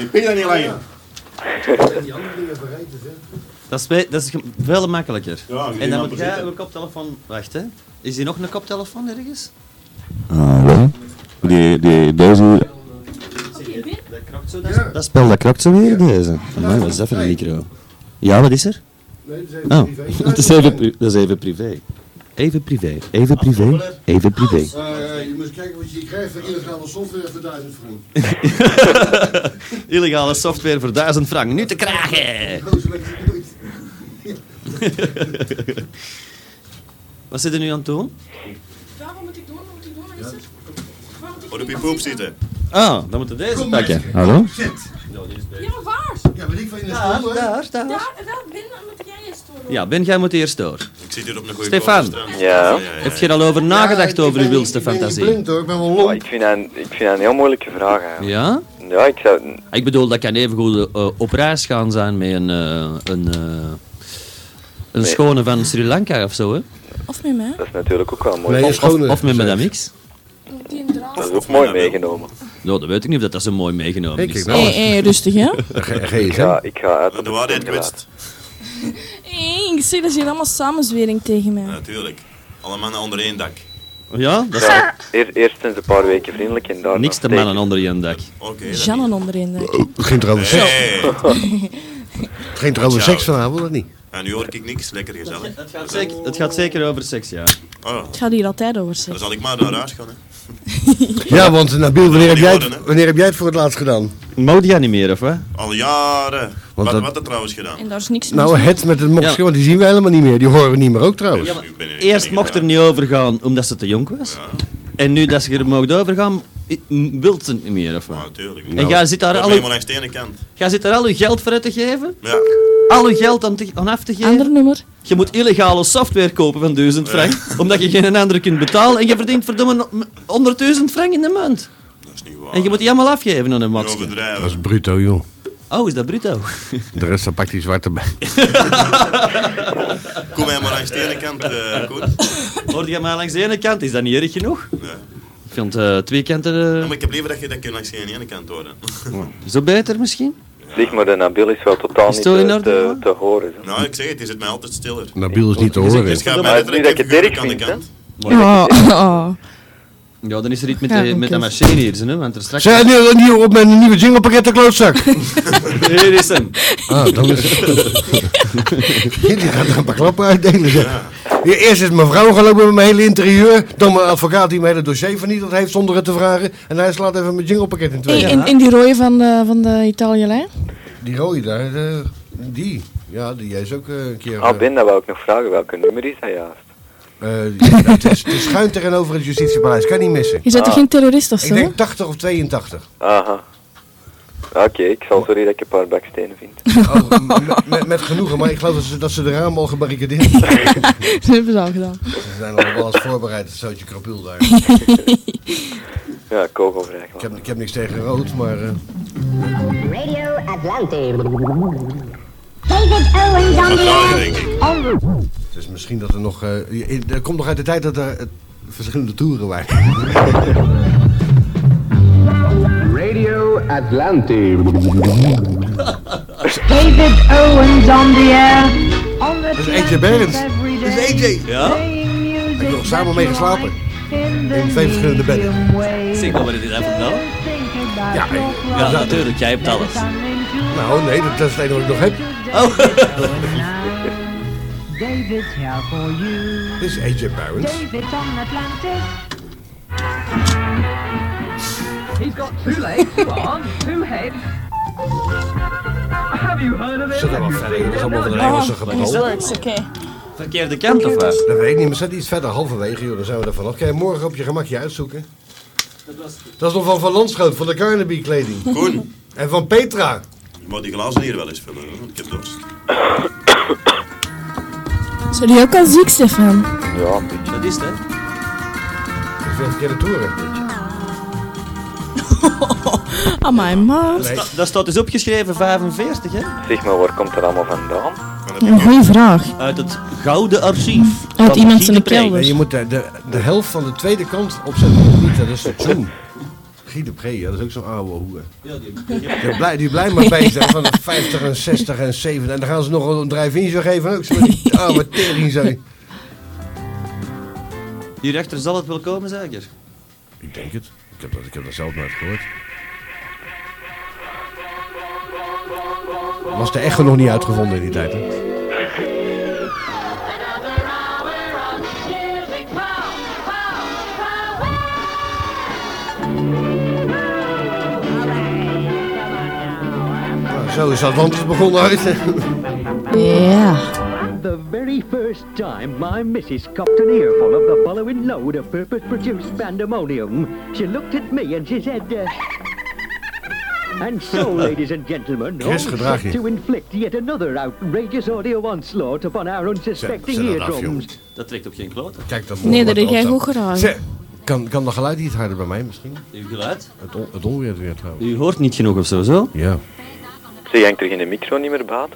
C: Je pik dat niet langer.
I: En die andere dingen bereid is, hè.
D: Dat is, we- dat is ge- veel makkelijker.
C: Ja, je
D: en
C: moet
D: dan moet jij
C: zitten.
D: een koptelefoon... Wacht, hè. Is hier nog een koptelefoon ergens? Ah,
J: Die, die, deze...
D: Dat krokt zo, dat, dat
J: Spel, dat klokt zo weer, deze. Amai, wat is dat voor een micro? Ja, wat is er?
I: Nee, dat is even
J: Oh,
I: privé.
J: dat is even, pri- dat is even privé. Even privé, even privé, even privé.
I: Eh, eh, je moet eens kijken wat je hier krijgt voor illegale software voor duizend frank.
D: Illegale software voor 1000 frank. Nu te krijgen!
I: Gozer, weet je nooit.
D: Wat zit er nu aan het doen?
C: Moet op je poep zitten.
D: Ah, dan moeten deze pakken.
J: Hallo?
I: Ja, weet ik van in de school, hè.
D: daar. Ja, Ben, jij moet eerst door.
C: Ik zit hier op een goede
D: Stefan.
H: Ja.
D: Heb je er al over
I: Ja,
D: nagedacht
I: ik
D: over uw
I: ben-
D: wildste
I: Ik ben
D: fantasie?
I: niet blind hoor, ik ben wel
H: Oh,
I: lomp.
H: ik, vind dat, een- ik vind dat een heel moeilijke vraag eigenlijk.
D: Ja?
H: Ja, ik zou...
D: Ik bedoel, dat kan even goed eh, op reis gaan zijn met een, eh, een, eh, een schone van Sri Lanka of zo, hè?
B: Of met mij?
H: Dat is natuurlijk ook wel mooi.
J: Nee,
D: Of, of, of met Madame X.
H: Dat is ook mooi meegenomen.
D: Nou, dat weet ik niet of dat, dat zo mooi meegenomen
J: Ik
D: is.
J: kijk
B: Hé,
J: wel.
B: hé, rustig, hè?
J: Ge-
H: Ik
J: GSM.
H: ga, ik ga uit op
C: De
H: het
C: waarheid
H: stemgeluid.
C: kwetst.
B: Hé, ik zie dat is hier allemaal samenzwering tegen mij.
C: Natuurlijk. Alle mannen onder één dak.
D: Ja, dat is
H: Ja, eer- eerst sinds een paar weken vriendelijk en daarna...
D: niks te
H: tegen.
D: mannen onder je dak.
C: Oké. dat-
B: Jannen onderin, denk ik.
J: Het ging
C: Eh,
J: trouwens seks,
C: Hey.
J: het ging trouwens
C: Ciao.
J: seks vanavond, of niet?
C: En nu hoor ik niks. Lekker gezellig.
D: Het gaat, zeker, het gaat zeker over seks, ja.
C: Oh,
B: Het gaat hier altijd over
C: dan
B: zeggen.
C: zal ik maar naar huis gaan. Hè.
J: Ja, want eh, Nabil, wanneer heb,
C: die
J: jij
C: worden,
J: het,
C: hè?
J: wanneer heb jij het voor het laatst gedaan?
D: Moet jij niet meer, of wat?
C: Al jaren. Wat,
J: dat-
C: wat dat trouwens gedaan?
B: En daar is niks mis
J: Nou,
B: mee.
J: het met het mokje,
D: Ja.
J: want die zien we helemaal niet meer. Die horen we niet meer ook trouwens.
C: Dus ik ben er- ik ben
D: Eerst mocht er
C: gedaan.
D: niet overgaan omdat ze te jong was. En nu dat ze er mocht overgaan, i- m- wil ze het niet meer, of
C: Ja,
D: wat?
C: natuurlijk.
J: Nou,
D: En jij zit daar
C: Ik ben
D: al
C: helemaal
D: uw-
C: langs de ene kant.
D: jij zit daar al uw geld voor uit te geven?
C: Ja.
D: Al uw geld aan, te- aan af te geven?
B: Ander nummer.
D: Je moet illegale software kopen van 1000 frank, omdat je geen andere kunt betalen en je verdient verdomme no- m- 100.000 frank in de maand.
C: Dat is niet waar.
D: En je moet die allemaal afgeven aan een
C: Niet
D: maxje.
J: Dat is
C: overdrijven.
J: bruto, joh.
D: Oh, is dat bruto?
J: De rest, dan pakt die zwarte bij.
C: Kom helemaal langs de ene kant, eh Koen.
D: Hoor je maar langs de ene kant, is dat niet erg genoeg? Ik vind eh, twee kanten
C: Ja,
D: eh,
C: maar ik heb liever dat je dat je langs de ene kant horen.
D: zo beter misschien.
H: Zeg maar, de Nabil is wel totaal
D: Is
H: niet
D: het wel in
H: te,
D: orde,
H: te,
D: jongen?
H: te horen. zo.
C: Nou, ik zeg het, je zit mij altijd stiller.
J: Nabil is niet te horen.
C: Dus ga
H: Maar
C: mij
H: het is niet dat
C: letterlijk
H: ik het
C: even
H: erg
C: geurlijk aan de
H: vind, hè?
C: kant.
B: Oh, oh.
D: Ja, dan is er iets met,
B: Ja,
D: de,
B: oké.
D: met de machine hier, hè, want er straks...
J: Zijn jullie nieuw op mijn nieuwe jinglepakket, de klootzak?
D: Hier is hem.
J: Ah, dan is Die gaat er een paar klappen uitdelen. zeg. Ja, Eerst is mijn vrouw gelopen met mijn hele interieur. Dan mijn advocaat die mijn hele dossier vernietigd heeft zonder het te vragen. En hij slaat even mijn jinglepakket in
B: Hé,
J: twee.
B: en, en die rode van de, van de Italië-lijn?
J: Die rode daar, eh, die. Ja, die is ook eh, een keer...
H: Ah,
J: eh,
H: Ben, dat wou ik nog vragen. Welke nummer is dat juist?
J: Eh, ja, nou, het, is, het is schuin tegenover het justitiepaleis. Kan niet missen.
B: Je bent toch geen terrorist of
J: Ik
B: zo?
J: denk 80 of 82.
H: Ah. Aha. Ah, Oké, ik zal sorry dat ik een paar bakstenen vind.
J: Oh, m- met, met genoegen, maar ik geloof dat ze, dat ze de ramen al gebarricadeerd hebben.
B: Dat hebben ze al gedaan.
J: Ze zijn al wel eens voorbereid, het zootje krapul daar.
H: Ja, kogelvrij.
J: Ik heb, ik heb niks tegen rood, maar... eh,
K: Radio Atlante. David Owens on the air.
J: Dus misschien dat er nog... eh, je- je- dat komt nog uit de tijd dat er eh, verschillende toeren waren.
L: Radio Atlante.
K: David Owens on the air. On the
J: Dat is AJ Berends. Dat is AJ.
D: Ja?
J: Ik heb nog samen mee geslapen. In twee verschillende bedden.
D: Zeg maar, wat dit even nou?
J: Ja, eh,
D: Ja,
J: dat-
D: natuurlijk, jij hebt alles.
J: Nou, nee, dat, dat is het enige wat ik nog heb.
D: Oh.
K: David's here for you.
J: Dit is AJ Barons.
K: David's on Atlantis.
M: He's got two legs, two arms, two heads. Have you heard of
J: Zit er wel verder, dat is allemaal van een
B: Oh,
J: Engelse gebrol.
B: oké.
D: Oh, Verkeerde kant of wat?
J: Dat weet ik niet, maar zet iets verder halverwege, joh, dan zijn we er vanaf. Kan je morgen op je gemakje uitzoeken? Dat is nog van Van Landschoot, van de Carnaby kleding.
C: Koen.
J: En van Petra.
C: Je mag die glazen hier wel eens vullen, hoor, want ik heb dorst.
B: Zou die ook al ziek, Stefan?
H: Ja, een beetje.
D: Dat is het, hè?
J: Dat is weer verkeerde toeren.
B: Amai, man.
D: Dat, dat staat dus opgeschreven 45, hè?
H: Zeg maar, waar komt dat allemaal vandaan?
B: Een goede vraag.
D: Uit het gouden archief.
B: Uit
D: van
B: iemand zijn
D: Guy de Pre.
B: kelder.
J: En je moet de, de, de helft van de tweede kant opzetten. Niet, dat is de zoen. Guy de Pre, ja, dat is ook zo'n oude hoer.
D: Ja, die-
J: Die blij, die blij maar bezig zijn van de 50 en 60 en 70. En dan gaan ze nog een drive-in zo geven ook. Zo met die oude tering zo.
D: Hierachter zal het wel komen, zeker?
J: Ik denk het. Ik heb dat, ik heb dat zelf nooit gehoord. Was de echo nog niet uitgevonden in die tijd, hè? Nou, Zo is Atlantis begonnen uit.
L: The very first time my missus copped an earful of the following load of purpose-produced pandemonium, she looked at me and she said, uh, And so, ladies and gentlemen, all
J: Chris, gedraag
L: set
J: je.
L: to inflict yet another outrageous audio onslaught upon our unsuspecting
J: zet dat af,
L: eardrums.
D: Dat trekt op geen kloot.
J: Kijk, dat
B: Nee, dat
J: wordt
B: heb jij
J: altijd-
B: goed gedaan.
J: Zeg, Kan, kan dat geluid iets harder bij mij misschien?
D: Uw geluid?
J: Het, on, het onweer weer trouwens.
D: U hoort niet genoeg of zo, zo?
J: Ja.
H: Zeg, hangt er geen micro niet meer baat?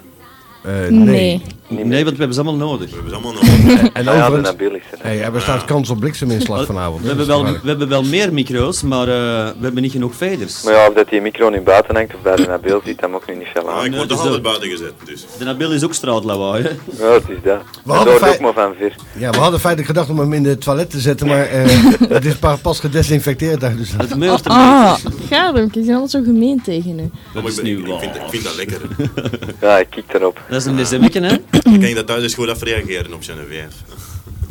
J: Eh, nee.
D: Nee, want we hebben ze allemaal nodig.
C: We hebben ze allemaal nog.
J: En
H: Ja, dat
J: overigens,
H: naar Ah. billig zijn.
J: hey, er bestaat kans op blikseminslag vanavond.
D: Oh, We hebben wel, we hebben wel meer micro's, maar eh, we hebben niet genoeg faders.
H: Maar ja, of dat die micro nu buiten hangt of bij de nabeel zit, dat mag nu niet veel
C: Ah,
H: aan.
C: ik word
D: dat
C: toch
D: is
C: altijd
D: dat.
C: buiten gezet, dus.
D: De Nabil is ook straatlawaai, hè?
H: Ja, het is dat. Dat
J: hadden
H: hoort
J: vijf-
H: ook maar van ver.
J: Ja, we hadden feitelijk gedacht om hem in het toilet te zetten, maar eh, het is pa- pas gedesinfecteerd daar. Dus
D: Het meurt er
B: Ah, ga hem. Je bent altijd zo gemeen tegen hem.
D: Dat
C: Maar
D: is
C: ik, ben-
D: nu
C: ik, ik
D: waar.
C: vind, ik vind dat lekker.
H: Ja, ik kijk erop.
D: Dat is een bezemmetje, hè?
C: ik denk dat thuis is goed af reageren op zijn vijf.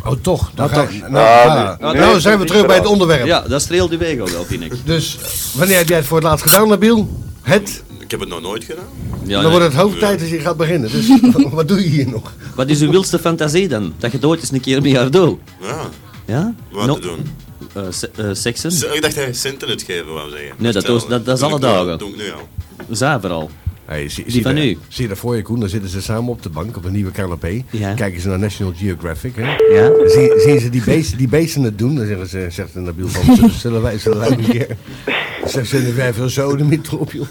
J: Oh, toch? Nou, toch. Nou,
H: Ah,
J: nou,
H: nee.
J: nou
H: Nee,
J: zijn we
H: dat
J: terug
H: is
J: bij het
H: raar.
J: onderwerp.
D: Ja, dat streelt uw weg ook wel, vind ik.
J: Dus wanneer heb jij het voor het laatst gedaan, Nabil? Het?
C: Ik heb het nog nooit gedaan.
D: Ja,
J: Dan
D: nee.
J: wordt het hoofdtijd als je gaat beginnen. Dus wat doe je hier nog?
D: Wat is uw wildste fantasie dan? Dat je het ooit eens een keer miljardo?
C: Ja,
D: Ja?
C: wat
D: No-
C: te doen.
D: eh, se- eh, seksen?
C: Z- Ik dacht dat hij centen het geven wou zeggen.
D: Nee, dat
C: Vertel,
D: doe- dat- dat is
C: doe ik
D: alle
C: nu al,
D: dagen.
C: doe ik nu al.
D: Zaver al.
J: Hey, zie,
D: van
J: daar-
D: u.
J: Zie je daar voor je, Koen? Dan zitten ze samen op de bank, op een nieuwe canapé.
D: Ja.
J: Kijken ze naar National Geographic. Hè?
D: Ja?
J: Dan Zien, zien ze die beesten, die beesten het doen? Dan zeggen ze, zegt Nabil van, "Z- zullen wij, zullen wij een keer... Dan Zegt ze, wij veel zoden met op, joh.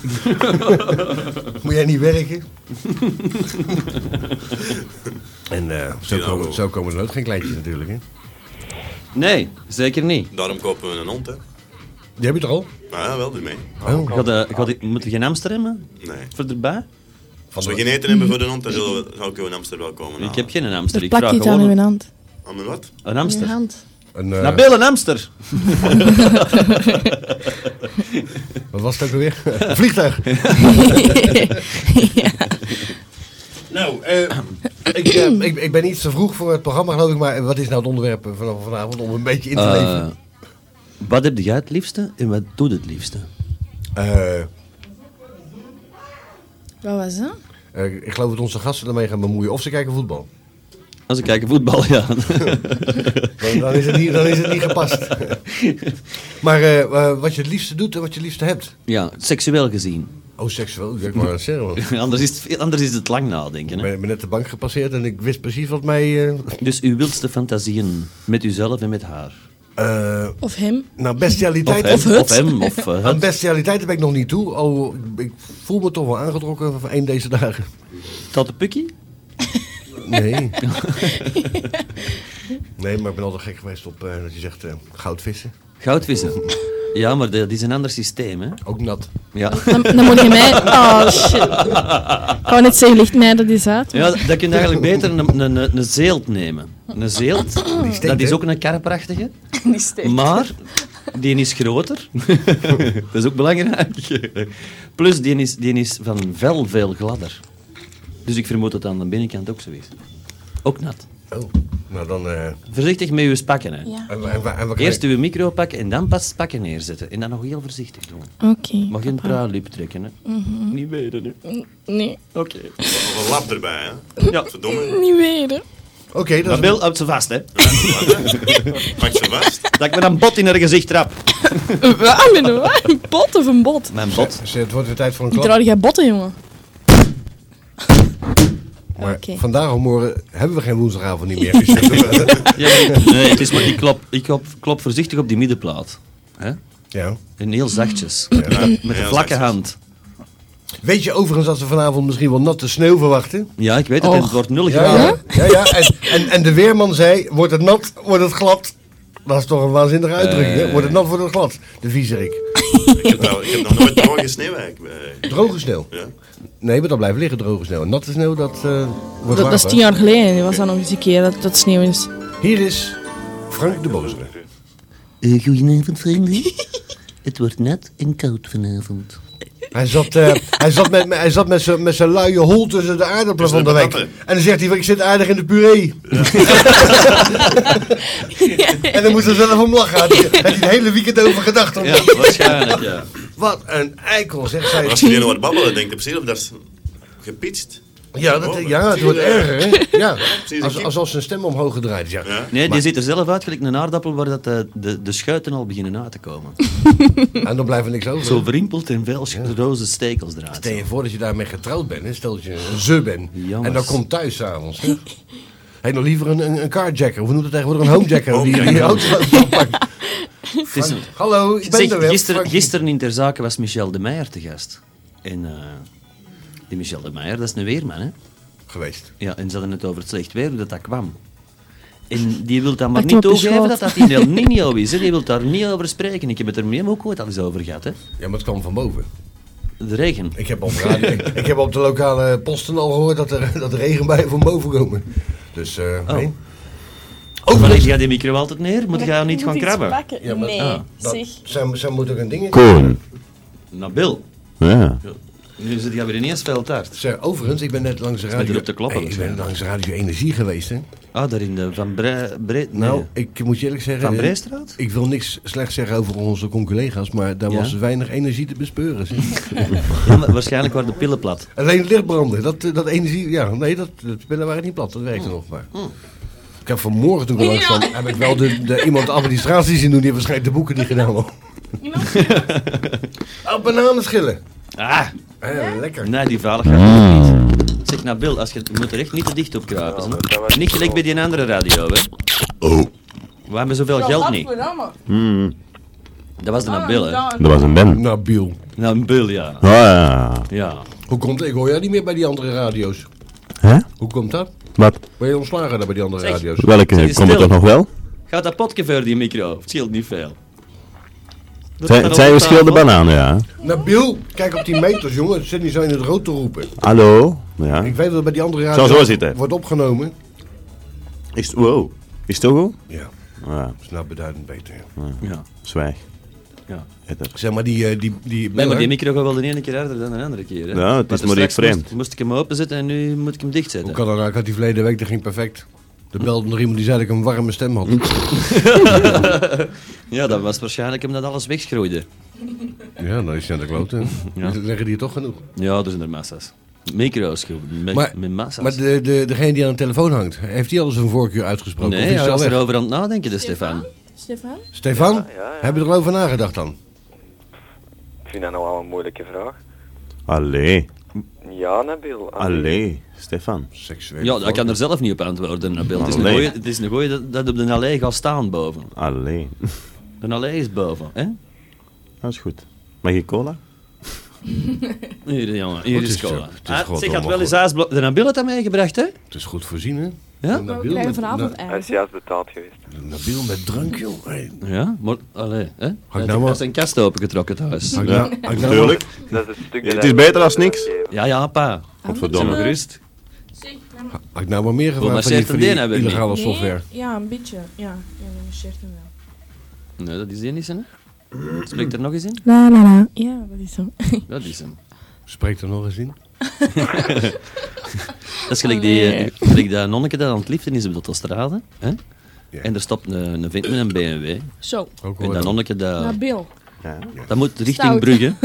J: Moet jij niet werken? en eh, zo,
C: Ja,
J: komen,
C: wel.
J: zo komen er nooit geen kleintjes natuurlijk, hè?
D: Nee, zeker niet.
C: Daarom kopen we een hond, hè.
J: Die heb je toch al?
C: Maar ja, wel ermee.
J: Oh.
D: Gaat, eh, gaat, die- moet je geen Amsterdam hè?
C: Nee.
D: voor erbij?
C: Als we geen eten hebben voor de hond, dan zullen we, zou ik u in Amsterdam wel komen
D: Ik
C: halen.
D: heb geen Amster.
B: Mhm. Er
D: Ik
B: plakt
D: vraag
B: je het aan
D: gewoon
B: uw
D: een,
B: hand.
C: Aan mijn wat?
D: een
B: Aan uw
D: Amster.
B: hand.
J: Een, eh,
D: Nabil, een Amster.
J: wat was het ook alweer? Een vliegtuig. Nou, eh, ik, eh, ik, ik ben iets te vroeg voor het programma, geloof ik. Maar wat is nou het onderwerp eh, vanaf vanavond om een beetje in te leven?
D: Eh, wat heb jij het liefste en wat doet het liefste?
J: Eh,
B: Wat was dat?
J: eh, ik geloof dat onze gasten ermee gaan bemoeien. Of ze kijken voetbal.
D: Als ik kijk voetbal, ja.
J: Dan, dan is het niet, dan is het niet gepast. maar eh, eh, wat je het liefste doet en wat je het liefste hebt.
D: Ja, seksueel gezien.
J: Oh, seksueel, ik maar zeggen. want-
D: anders, is het, anders is het lang nadenken. Hè?
J: Ik ben net de bank gepasseerd en ik wist precies wat mij... eh,
D: Dus uw wildste fantasieën met uzelf en met haar.
J: eh,
B: Of hem.
J: nou, bestialiteit...
D: Of hem, Of of het. hem, of, eh, het.
J: Aan bestialiteit ben ik nog niet toe. Al, ik voel me toch wel aangetrokken van één deze dagen.
D: Tante Pukkie?
J: Nee. nee, maar ik ben altijd gek geweest op eh, dat je zegt eh, goudvissen.
D: Goudvissen. Ja, maar dat is een ander systeem, hè?
J: Ook nat.
D: Ja.
B: Dan, dan moet je mij... Oh, shit. Ik wou net zeggen, ligt mij dat is uit.
D: Ja, dat kun je eigenlijk beter een, een, een, een zeelt nemen. Een zeelt,
J: steekt,
D: dat is
J: hè?
D: ook een karprachtige,
B: Die steekt.
D: maar die is groter. dat is ook belangrijk. Plus, die is, die is van vel veel gladder. Dus ik vermoed dat het aan de binnenkant ook zo is. Ook nat.
J: Oh, nou dan... eh,
D: Voorzichtig met uw spakken, hè.
B: Ja.
J: en, wa- en, wa- en wat
D: Eerst uw micro pakken en dan pas het pakken neerzetten. En dan nog heel voorzichtig doen.
B: Oké.
D: Mag geen
B: papa.
D: praalip trekken, hè.
B: Mhm.
D: Niet weten, hè.
B: Nee,
D: Oké.
C: Of een lap erbij, hè?
D: Ja.
C: Verdomme.
B: niet weten.
J: Oké, okay,
D: Maar Bill houdt ze vast, hè.
C: Pak ze vast.
D: Dat ik met een bot in haar gezicht trap.
B: Waar ben je? Een pot of een bot?
D: Mijn bot.
J: Zet- Het wordt weer tijd voor een
B: Die
J: klap.
B: draai jij botten, jongen.
J: Maar
B: Oké.
J: vandaag of morgen hebben we geen woensdagavond niet meer. Dus dat doen we-
D: Ja, maar- nee, het is maar, ik, klop, ik klop, klop voorzichtig op die middenplaat. Hè?
J: ja.
D: En heel zachtjes.
J: Ja.
D: Met
C: Heel
D: een vlakke
C: zachtjes.
D: hand.
J: Weet je overigens dat ze vanavond misschien wel natte sneeuw verwachten?
D: Ja, ik weet het.
B: Och.
D: en Het wordt nul
J: Ja,
D: graden.
J: Oh. ja. ja, ja. En, en, en de weerman zei, wordt het nat, wordt het glad. Dat is toch een waanzinnige uitdrukking, hè? Wordt het nat, wordt het glad. De viezerik.
C: Ik heb, wel- ik heb nog nooit droge sneeuw eigenlijk. eh,
J: Droge sneeuw.
C: Ja.
J: Nee, maar dat blijft liggen, droge sneeuw. Natte sneeuw, dat eh, wordt
B: Dat, dat is
J: warm,
B: tien jaar geleden. Dat was dan nog eens een keer dat, dat sneeuw is.
J: hè? Hier is Frank de Bozere.
N: Eh, goedenavond, vrienden. Het wordt nat en koud vanavond.
J: Hij zat, eh, hij zat met, met- hij zat met zijn- met zijn luie hol tussen de aardappelen
C: Tussen
J: van
C: de
J: de week. En
C: patatten.
J: dan zegt hij, ik zit aardig in de puree. en dan moest hij zelf om lachen. Had hij, had hij het hele weekend over gedacht. om-
D: Ja, waarschijnlijk, ja.
J: Wat een eikel, zegt
C: Maar
J: zij.
C: als je die hoort babbelen, denk je precies of dat is Oh, gepitst.
J: Ja, dat, ja het wordt erger, hè? Ja. Als, als, als zijn stem omhoog gedraaid is, ja.
C: Ja.
D: Nee,
J: Maar-
D: die zit er zelf uit, gelijk een aardappel, waar dat de, de, de schuiten al beginnen uit te komen.
J: En dan blijft er niks over.
D: Zo verimpeld en veel sch- roze stekels eruit.
J: Stel je voor dat je daarmee getrouwd bent, hè? stel dat je een ze bent.
D: Jammer.
J: En dan komt thuis s'avonds. Hé, nog liever een, een, een carjacker, of hoe noemt het tegenwoordig, een homejacker. die, die auto pakt.
D: Het is een-
J: Hallo, ik ben
D: Zeg,
J: er wel.
D: gister,
J: Frank.
D: gisteren in Ter Zake was Michel de Meijer te gast. En eh, die Michel de Meijer, dat is een weerman, hè?
J: Geweest.
D: Ja, en ze hadden het over het slecht weer, hoe dat, dat kwam. En die wil dan maar
B: Pakt
D: niet
B: hem op de
D: toegeven dat
B: schoot.
D: dat in El Nino is. Hè. Die wil daar niet over spreken. Ik heb het er met hem ook ooit al eens over gehad. Hè.
J: Ja, maar het kwam van boven.
D: De regen.
J: Ik heb op, de radio- ik, ik heb op de lokale posten al gehoord dat er, dat er regenbuien van boven komen. Dus, eh
D: Oh.
J: nee.
D: Waar leg jij die micro altijd neer? Moet jij niet gaan krabben?
J: Ja, maar-
B: nee,
D: ah,
J: Dat,
B: zeg.
J: zij, zij moet ook een ding
N: Koen.
D: Nou, Bill.
N: Ja.
D: Nu zit jij weer ineens veel taart.
J: Zeg, overigens, ik ben net langs de
D: is met
J: radio...
D: die op de klappen,
J: Hey, ik
D: dus,
J: ben
D: ja.
J: langs Radio Energie geweest, hè.
D: Ah, daar in de Van Bre Breed.
J: Nou, ik moet je eerlijk zeggen...
D: Van
J: eh,
D: Breestraat?
J: Ik wil niks slecht zeggen over onze collega's, maar daar
D: Ja?
J: was weinig energie te bespeuren. zeg.
D: Ja, maar waarschijnlijk waren de pillen plat.
J: Alleen het licht brandde. Dat, eh, dat energie... Ja, nee, dat, de spullen waren niet plat. Dat
D: Oh.
J: werkte nog maar. Ik heb vanmorgen toen ik er langs kwam, heb ik wel de, de, iemand de administratie zien doen. Die heeft waarschijnlijk de boeken niet gedaan. hoor. Oh, bananenschillen.
D: Ah,
J: Eh, lekker.
D: nee, die veilig gaat het niet. Zeg, nou Bill, als je, je moet er echt niet te dicht op kruipen. hè. Niet gelijk bij die andere radio, hè.
N: Oh.
D: We hebben zoveel geld niet.
K: Hmm.
N: Mm,
D: Dat was de Nabil, hè.
N: dat was een band.
J: Nabil.
D: Nabil, Nou, ja.
N: Ah ja.
D: Ja.
J: Nou, Hoe komt Ik hoor jou niet meer bij die andere radio's.
N: Hè?
J: Hoe komt dat?
N: Wat?
J: Ben je ontslagen daar bij die andere
D: Zeg.
J: radio's?
D: Zeg,
N: Welke? Komt
D: stil.
N: het toch nog wel?
D: Gaat dat potje voor die micro? Het scheelt niet veel. Dat
N: Zij,
D: staat
N: zij
D: op de
N: verschilde
D: tafel.
N: bananen, ja.
J: Nabil, Nou, kijk op die meters, jongen. Het zit niet zo in het rood te roepen.
N: Hallo? Ja.
J: Ik weet dat het bij die andere
N: Zal
J: radio's
N: zo zitten.
J: wordt opgenomen.
N: Is, wow. Is het ook goed?
J: Ja,
N: Ja,
J: snap beduidend beter. ja.
D: Ja.
N: zwijg.
D: Ja.
N: Heter.
J: Zeg maar, die, eh, die, die
D: Nee, maar
J: beller-
D: die micro gaat wel de ene keer harder dan de andere keer. Hè?
N: Ja, het is
D: er
N: maar
D: straks
N: iets vreemd.
D: Moest, moest ik hem openzetten en nu moet ik hem dichtzetten.
J: Hoe kan dat nou? Ik had die verleden week, dat ging perfect. Er belde nog iemand die zei dat ik een warme stem
D: Mm.
J: had.
D: Ja, dat was waarschijnlijk hem dat alles wegschroeide.
J: Ja, nou is hij aan de klote.
D: Ja.
J: Leggen die het toch genoeg?
D: Ja, er zijn er massa's. Micro's, met,
J: Maar-
D: met massa's.
J: Maar de, de, degene die aan de telefoon hangt, heeft hij al zijn voorkeur uitgesproken? of
D: nee,
J: is
D: hij
J: hij al
D: was
J: weg?
D: erover aan het nadenken, de Stefan.
B: Stefan?
J: Stefan,
H: Ja, ja, ja.
J: hebben we er al over nagedacht dan?
H: Ik vind dat nou wel een moeilijke vraag.
C: Allee.
H: Ja, Nabil.
C: Allee, Stefan.
J: Seksueel.
D: Ja, ik kan er zelf niet op antwoorden, Nabil. Het is een
C: Allee.
D: goeie- Het is een goeie dat, dat op de allee gaat staan boven.
C: Allee.
D: De allee is boven, hè?
C: Dat is goed. Mag je cola?
D: Hier, jongen,
J: Oh,
C: Goed,
D: hier
C: het
D: is
C: is-
D: cola.
C: het is
D: Ah,
C: goed
D: Zeg, had wel
C: allemaal
D: eens ijsblok... De Nabil had dat meegebracht, hè?
J: Het is goed voorzien, hè?
D: Ja?
J: Nabil krijgen met- vanavond na-
H: Hij is juist betaald geweest.
J: Nabil met drank, joh. Hey.
D: Ja, maar... Allee, hè? Hij
J: nou
D: had
J: maar-
D: zijn kast opengetrokken thuis.
J: Hak nou- hak nou maar-
H: Dat is het stuk
C: Het is beter als niks.
D: Ja, ja, pa.
C: Godverdomme.
D: Zeg maar gerust.
J: Had ik nou maar meer
D: Oh, maar
J: gevraagd van die,
D: zegt
J: van
D: een
J: die
D: DNA hebben we niet.
J: illegale
D: Nee.
J: software.
B: Ja, een beetje. Ja, ja maar shirt hem wel.
D: Nee, dat is die niet, hè? Spreekt er nog eens in?
B: La la la. Ja, dat is zo.
D: Dat is hem.
J: Spreek er nog eens in.
D: Dat is gelijk, die, eh,
B: Allee.
D: gelijk dat nonneke dat aan het liften is op de autostrade. Hè? En er stopt een, een vent met een BMW.
B: Zo.
J: Ook
D: en dat nonneke dat,
B: Nabil.
D: dat moet richting
B: Stout.
D: Brugge.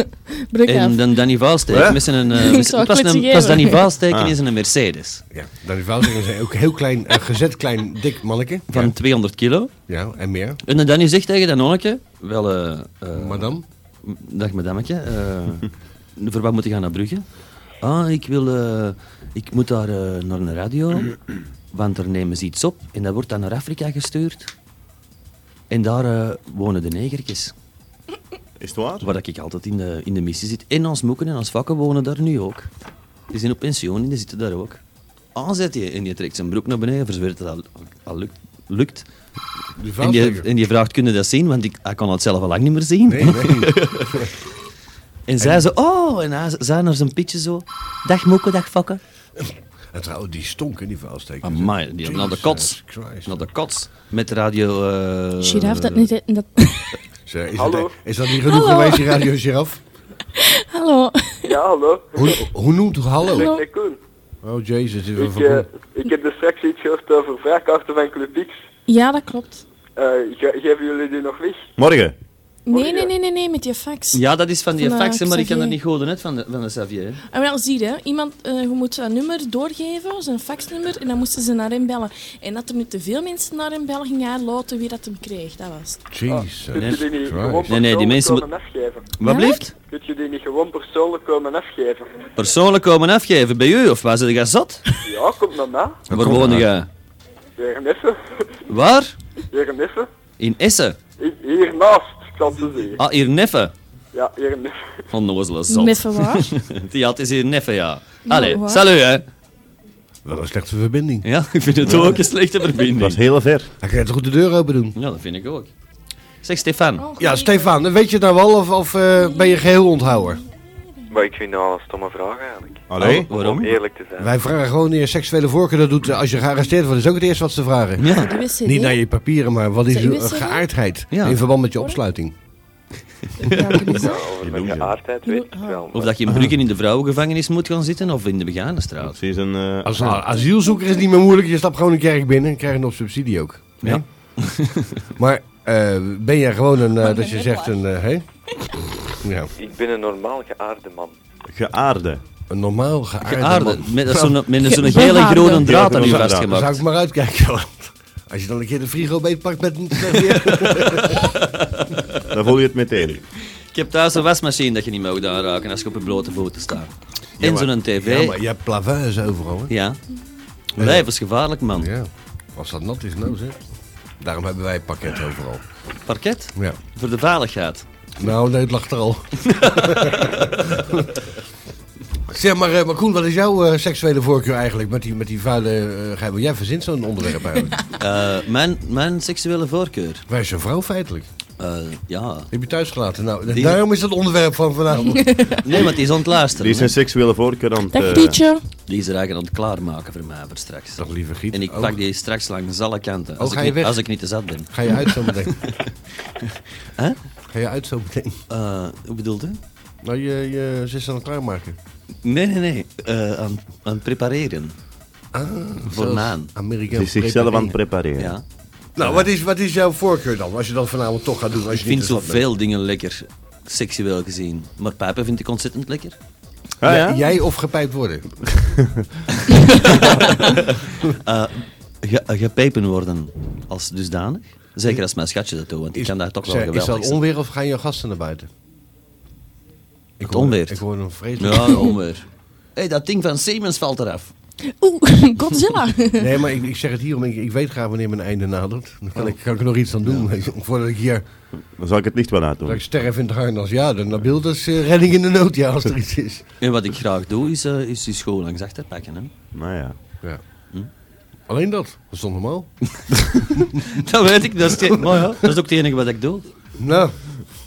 B: Brugge
D: en
B: af.
D: dan Danny Vaalsteek
J: Hè?
D: met zijn... eh,
B: Zou
D: met zijn-
B: ik
D: het was
B: met
D: een,
B: je
D: het was Danny
B: geven?
D: Vaalsteek en
J: Ah.
D: is een Mercedes.
J: Ja, Danny Vouwzinger zijn ook heel klein, eh, gezet klein, dik manneke.
D: Van 200 kilo.
J: Ja, en meer.
D: En dan Danny zegt tegen dat nonneke... Wel, eh eh,
J: Madame?
D: m- Dag madammetje. eh, voor wat moet je gaan naar Brugge? Ah, ik wil... eh, ik moet daar eh, naar een radio. Want er nemen ze iets op. En dat wordt dan naar Afrika gestuurd. En daar eh, wonen de negertjes.
C: Is het waar?
D: Waar ik altijd in de, in de missie zit. En ons moeken en ons vakken wonen daar nu ook. Die zijn op pensioen en die zitten daar ook. Aanzet je en je trekt zijn broek naar beneden, verzweert dat al, al lukt. lukt.
J: Die
D: En, die,
J: Vouwzeker.
D: en die vraagt, kunnen dat zien? Want ik, hij kan het zelf al lang niet meer zien.
J: Nee, nee.
D: En zij zo, oh, en hij zei naar zijn pitje zo, dag moeken, dag vakken.
J: En trouwens, die stonken, die vuilstekers.
D: Amai, Ah, die hebben naar de kots. Naar de kots. Met radio... eh,
B: Giraf dat niet... Dat...
J: Zeg, Is,
G: Hallo?
J: Dat, e- is dat niet genoeg
B: Hallo.
J: geweest, die Radio Giraf?
B: Hallo.
G: Ja, hallo.
J: Hoe, hoe noemt u hallo?
G: Ik, Koen.
J: Oh jezus, dit is
G: Ik,
J: wel
G: eh, ik heb dus straks iets gehoord over vraagkaarten van Club X.
B: Ja, dat klopt.
G: Eh, ge- geven jullie die nog weg?
C: Morgen.
O: Oh,
B: Nee, nee, nee, nee, nee, met je fax.
D: Ja, dat is van die
B: Van, eh,
D: fax, hè, maar ik kan
B: Xavier.
D: er niet goed uit van de, van de Xavier. hè.
B: En Ah, wel, zie je, iemand, eh, je moet zijn nummer doorgeven, zijn faxnummer, en dan moesten ze naar hem bellen. En dat er met te veel mensen naar hem bellen gingen uitloten wie dat hem kreeg, dat was het.
J: Jezus.
G: Kunt je Oh, die niet gewoon
J: Christ.
G: persoonlijk
D: Nee, nee, die mensen
G: komen
D: moet-
G: afgeven?
D: Wat blijft?
G: Kunt je die niet gewoon persoonlijk komen afgeven?
D: Persoonlijk komen afgeven bij u, of waar zit jij zat?
G: Ja, kom dan na.
D: Waar woon jij?
G: Hier in Essen.
D: Waar?
G: Hier in Essen.
D: In Essen.
G: Hi- Hiernaast, ik zal ze zien.
D: Ah, hier Neffe.
G: Ja, hier in Essen.
D: Onnozele zot.
B: Neffe waar?
D: ja, het is hier Neffe, ja. Allee,
B: waar?
D: salut hè.
J: Wel een slechte verbinding.
D: eh, Ja, ik vind het ook een slechte verbinding.
C: Dat is heel ver.
J: Hij kan toch goed de deur open doen?
D: Ja, dat vind ik ook. Zeg Stefan.
B: Oh,
J: Ja, Stefan, weet je het nou wel of, of eh, ben je geheel onthouwer?
H: Maar ik vind dat wel een stomme vraag eigenlijk.
C: Allee.
D: Oh, waarom?
H: Om eerlijk te zijn.
J: Wij vragen gewoon je seksuele voorkeur dat doet eh, als je gearresteerd wordt. Dat is ook het eerste wat ze vragen.
D: Ja.
B: USCD?
J: Niet naar je papieren, maar wat is
B: Zijn
J: uw
B: uw
J: eh,
B: CD?
J: geaardheid
D: Ja.
J: in verband met je opsluiting?
H: Ja, over mijn geaardheid weet ik het wel.
D: Of dat je in Brugge in de vrouwengevangenis moet gaan zitten of in de Begaanenstraat.
C: Ze is een... eh,
J: Als een asielzoeker is het niet meer moeilijk. Je stapt gewoon een kerk binnen en krijg je nog subsidie ook. Nee?
D: Ja.
J: maar eh, ben jij gewoon een, eh, dat je zegt een, eh, hè? Ja,
H: Ik ben een normaal geaarde man.
C: Geaarde.
J: een normaal geaarde,
D: Geaarde,
J: man.
D: met zo'n met zo'n
B: Ge-
D: gele
B: behaarde.
D: groene draad aan
C: groene
D: je
C: draad.
J: Dan zou
D: vastgemaakt.
J: ik maar uitkijken. want Als je dan een keer de frigo beetpakt met een slecht weer.
C: Dan voel je het meteen.
D: Ik heb thuis een wasmachine dat je niet mag aanraken als je op je blote voeten staat. En
J: maar-
D: zo'n
J: Ja,
D: tv.
J: maar je hebt plavuis overal, hè?
D: Ja. Lijf is gevaarlijk, man.
J: Ja, als dat nat is, nou zeg. Daarom hebben wij pakket overal.
D: Parket?
J: Ja.
D: Voor de veiligheid.
J: Nou, nee, het lag er al. zeg maar, eh, maar Koen, wat is jouw eh, seksuele voorkeur eigenlijk met die, met die vuile eh, geheim? Jij verzint zo'n onderwerp eigenlijk.
D: Eh, mijn, mijn seksuele voorkeur.
J: Wij zijn vrouw feitelijk.
D: Eh, ja.
J: Die heb je thuis gelaten. Nou, daarom is dat onderwerp van vanavond.
D: Nee, maar die is aan het luisteren.
C: Die is een seksuele voorkeur aan het...
B: Dag
C: eh,
B: Tietje.
D: Die is er eigenlijk aan het klaarmaken voor mij voor straks.
J: Dag lieve Giet.
D: En ik
J: Oh,
D: pak die straks langs alle kanten. Als,
J: Oh,
D: ik,
J: ga je
D: niet,
J: weg?
D: als ik niet te zat ben.
J: Ga je uit zo meteen?
D: Hè?
J: Ga je uit zo meteen?
D: Eh, hoe bedoelt u?
J: Nou, je, je ze is aan het klaarmaken.
D: Nee, nee, nee. Eh, aan, aan het prepareren. voor
J: Zoals
D: naan.
C: Ze
J: Amerikaans
C: is zichzelf aan het
J: Ah, prepareren.
C: prepareren.
D: Ja.
J: Nou, wat is, wat is jouw voorkeur dan? Als je dat vanavond toch gaat doen. Als je
D: Eh. Ik vind
J: niet te slap bent?
D: zoveel dingen lekker, seksueel gezien. Maar pijpen vind ik ontzettend lekker. Ah, ja?
J: J- Jij of gepijpt worden?
D: Eh, ge- gepijpen worden als dusdanig. Zeker als mijn schatje dat doet, want ik kan daar toch wel
J: Zeg,
D: geweldig
J: is dat
D: zijn.
J: onweer of gaan je gasten naar buiten? Ik
D: Het
J: hoor-
D: onweer.
J: Ik hoor een vreselijk...
D: Ja, onweer. hey, dat ding van Siemens valt eraf.
B: Oeh, Godzilla.
J: Nee, maar ik, ik zeg het hierom. Ik, ik weet graag wanneer mijn einde nadert. Dan
D: Oh.
J: kan, ik, kan ik er nog iets aan doen. weet je, Voordat ik hier
O: Dan zal ik het licht wel
J: dat
O: uitdoen.
J: ik sterf in het harnas. Ja, dan dan beeld is eh, redding in de nood. Ja, als er iets is.
D: En wat ik graag doe, is, eh, is die school langs achter pakken. Hè? Hm?
O: Nou ja.
J: Ja. Alleen dat. Dat is toch normaal?
D: dat weet ik, dat is, het- maar ja, dat is ook het enige wat ik doe.
J: Nou,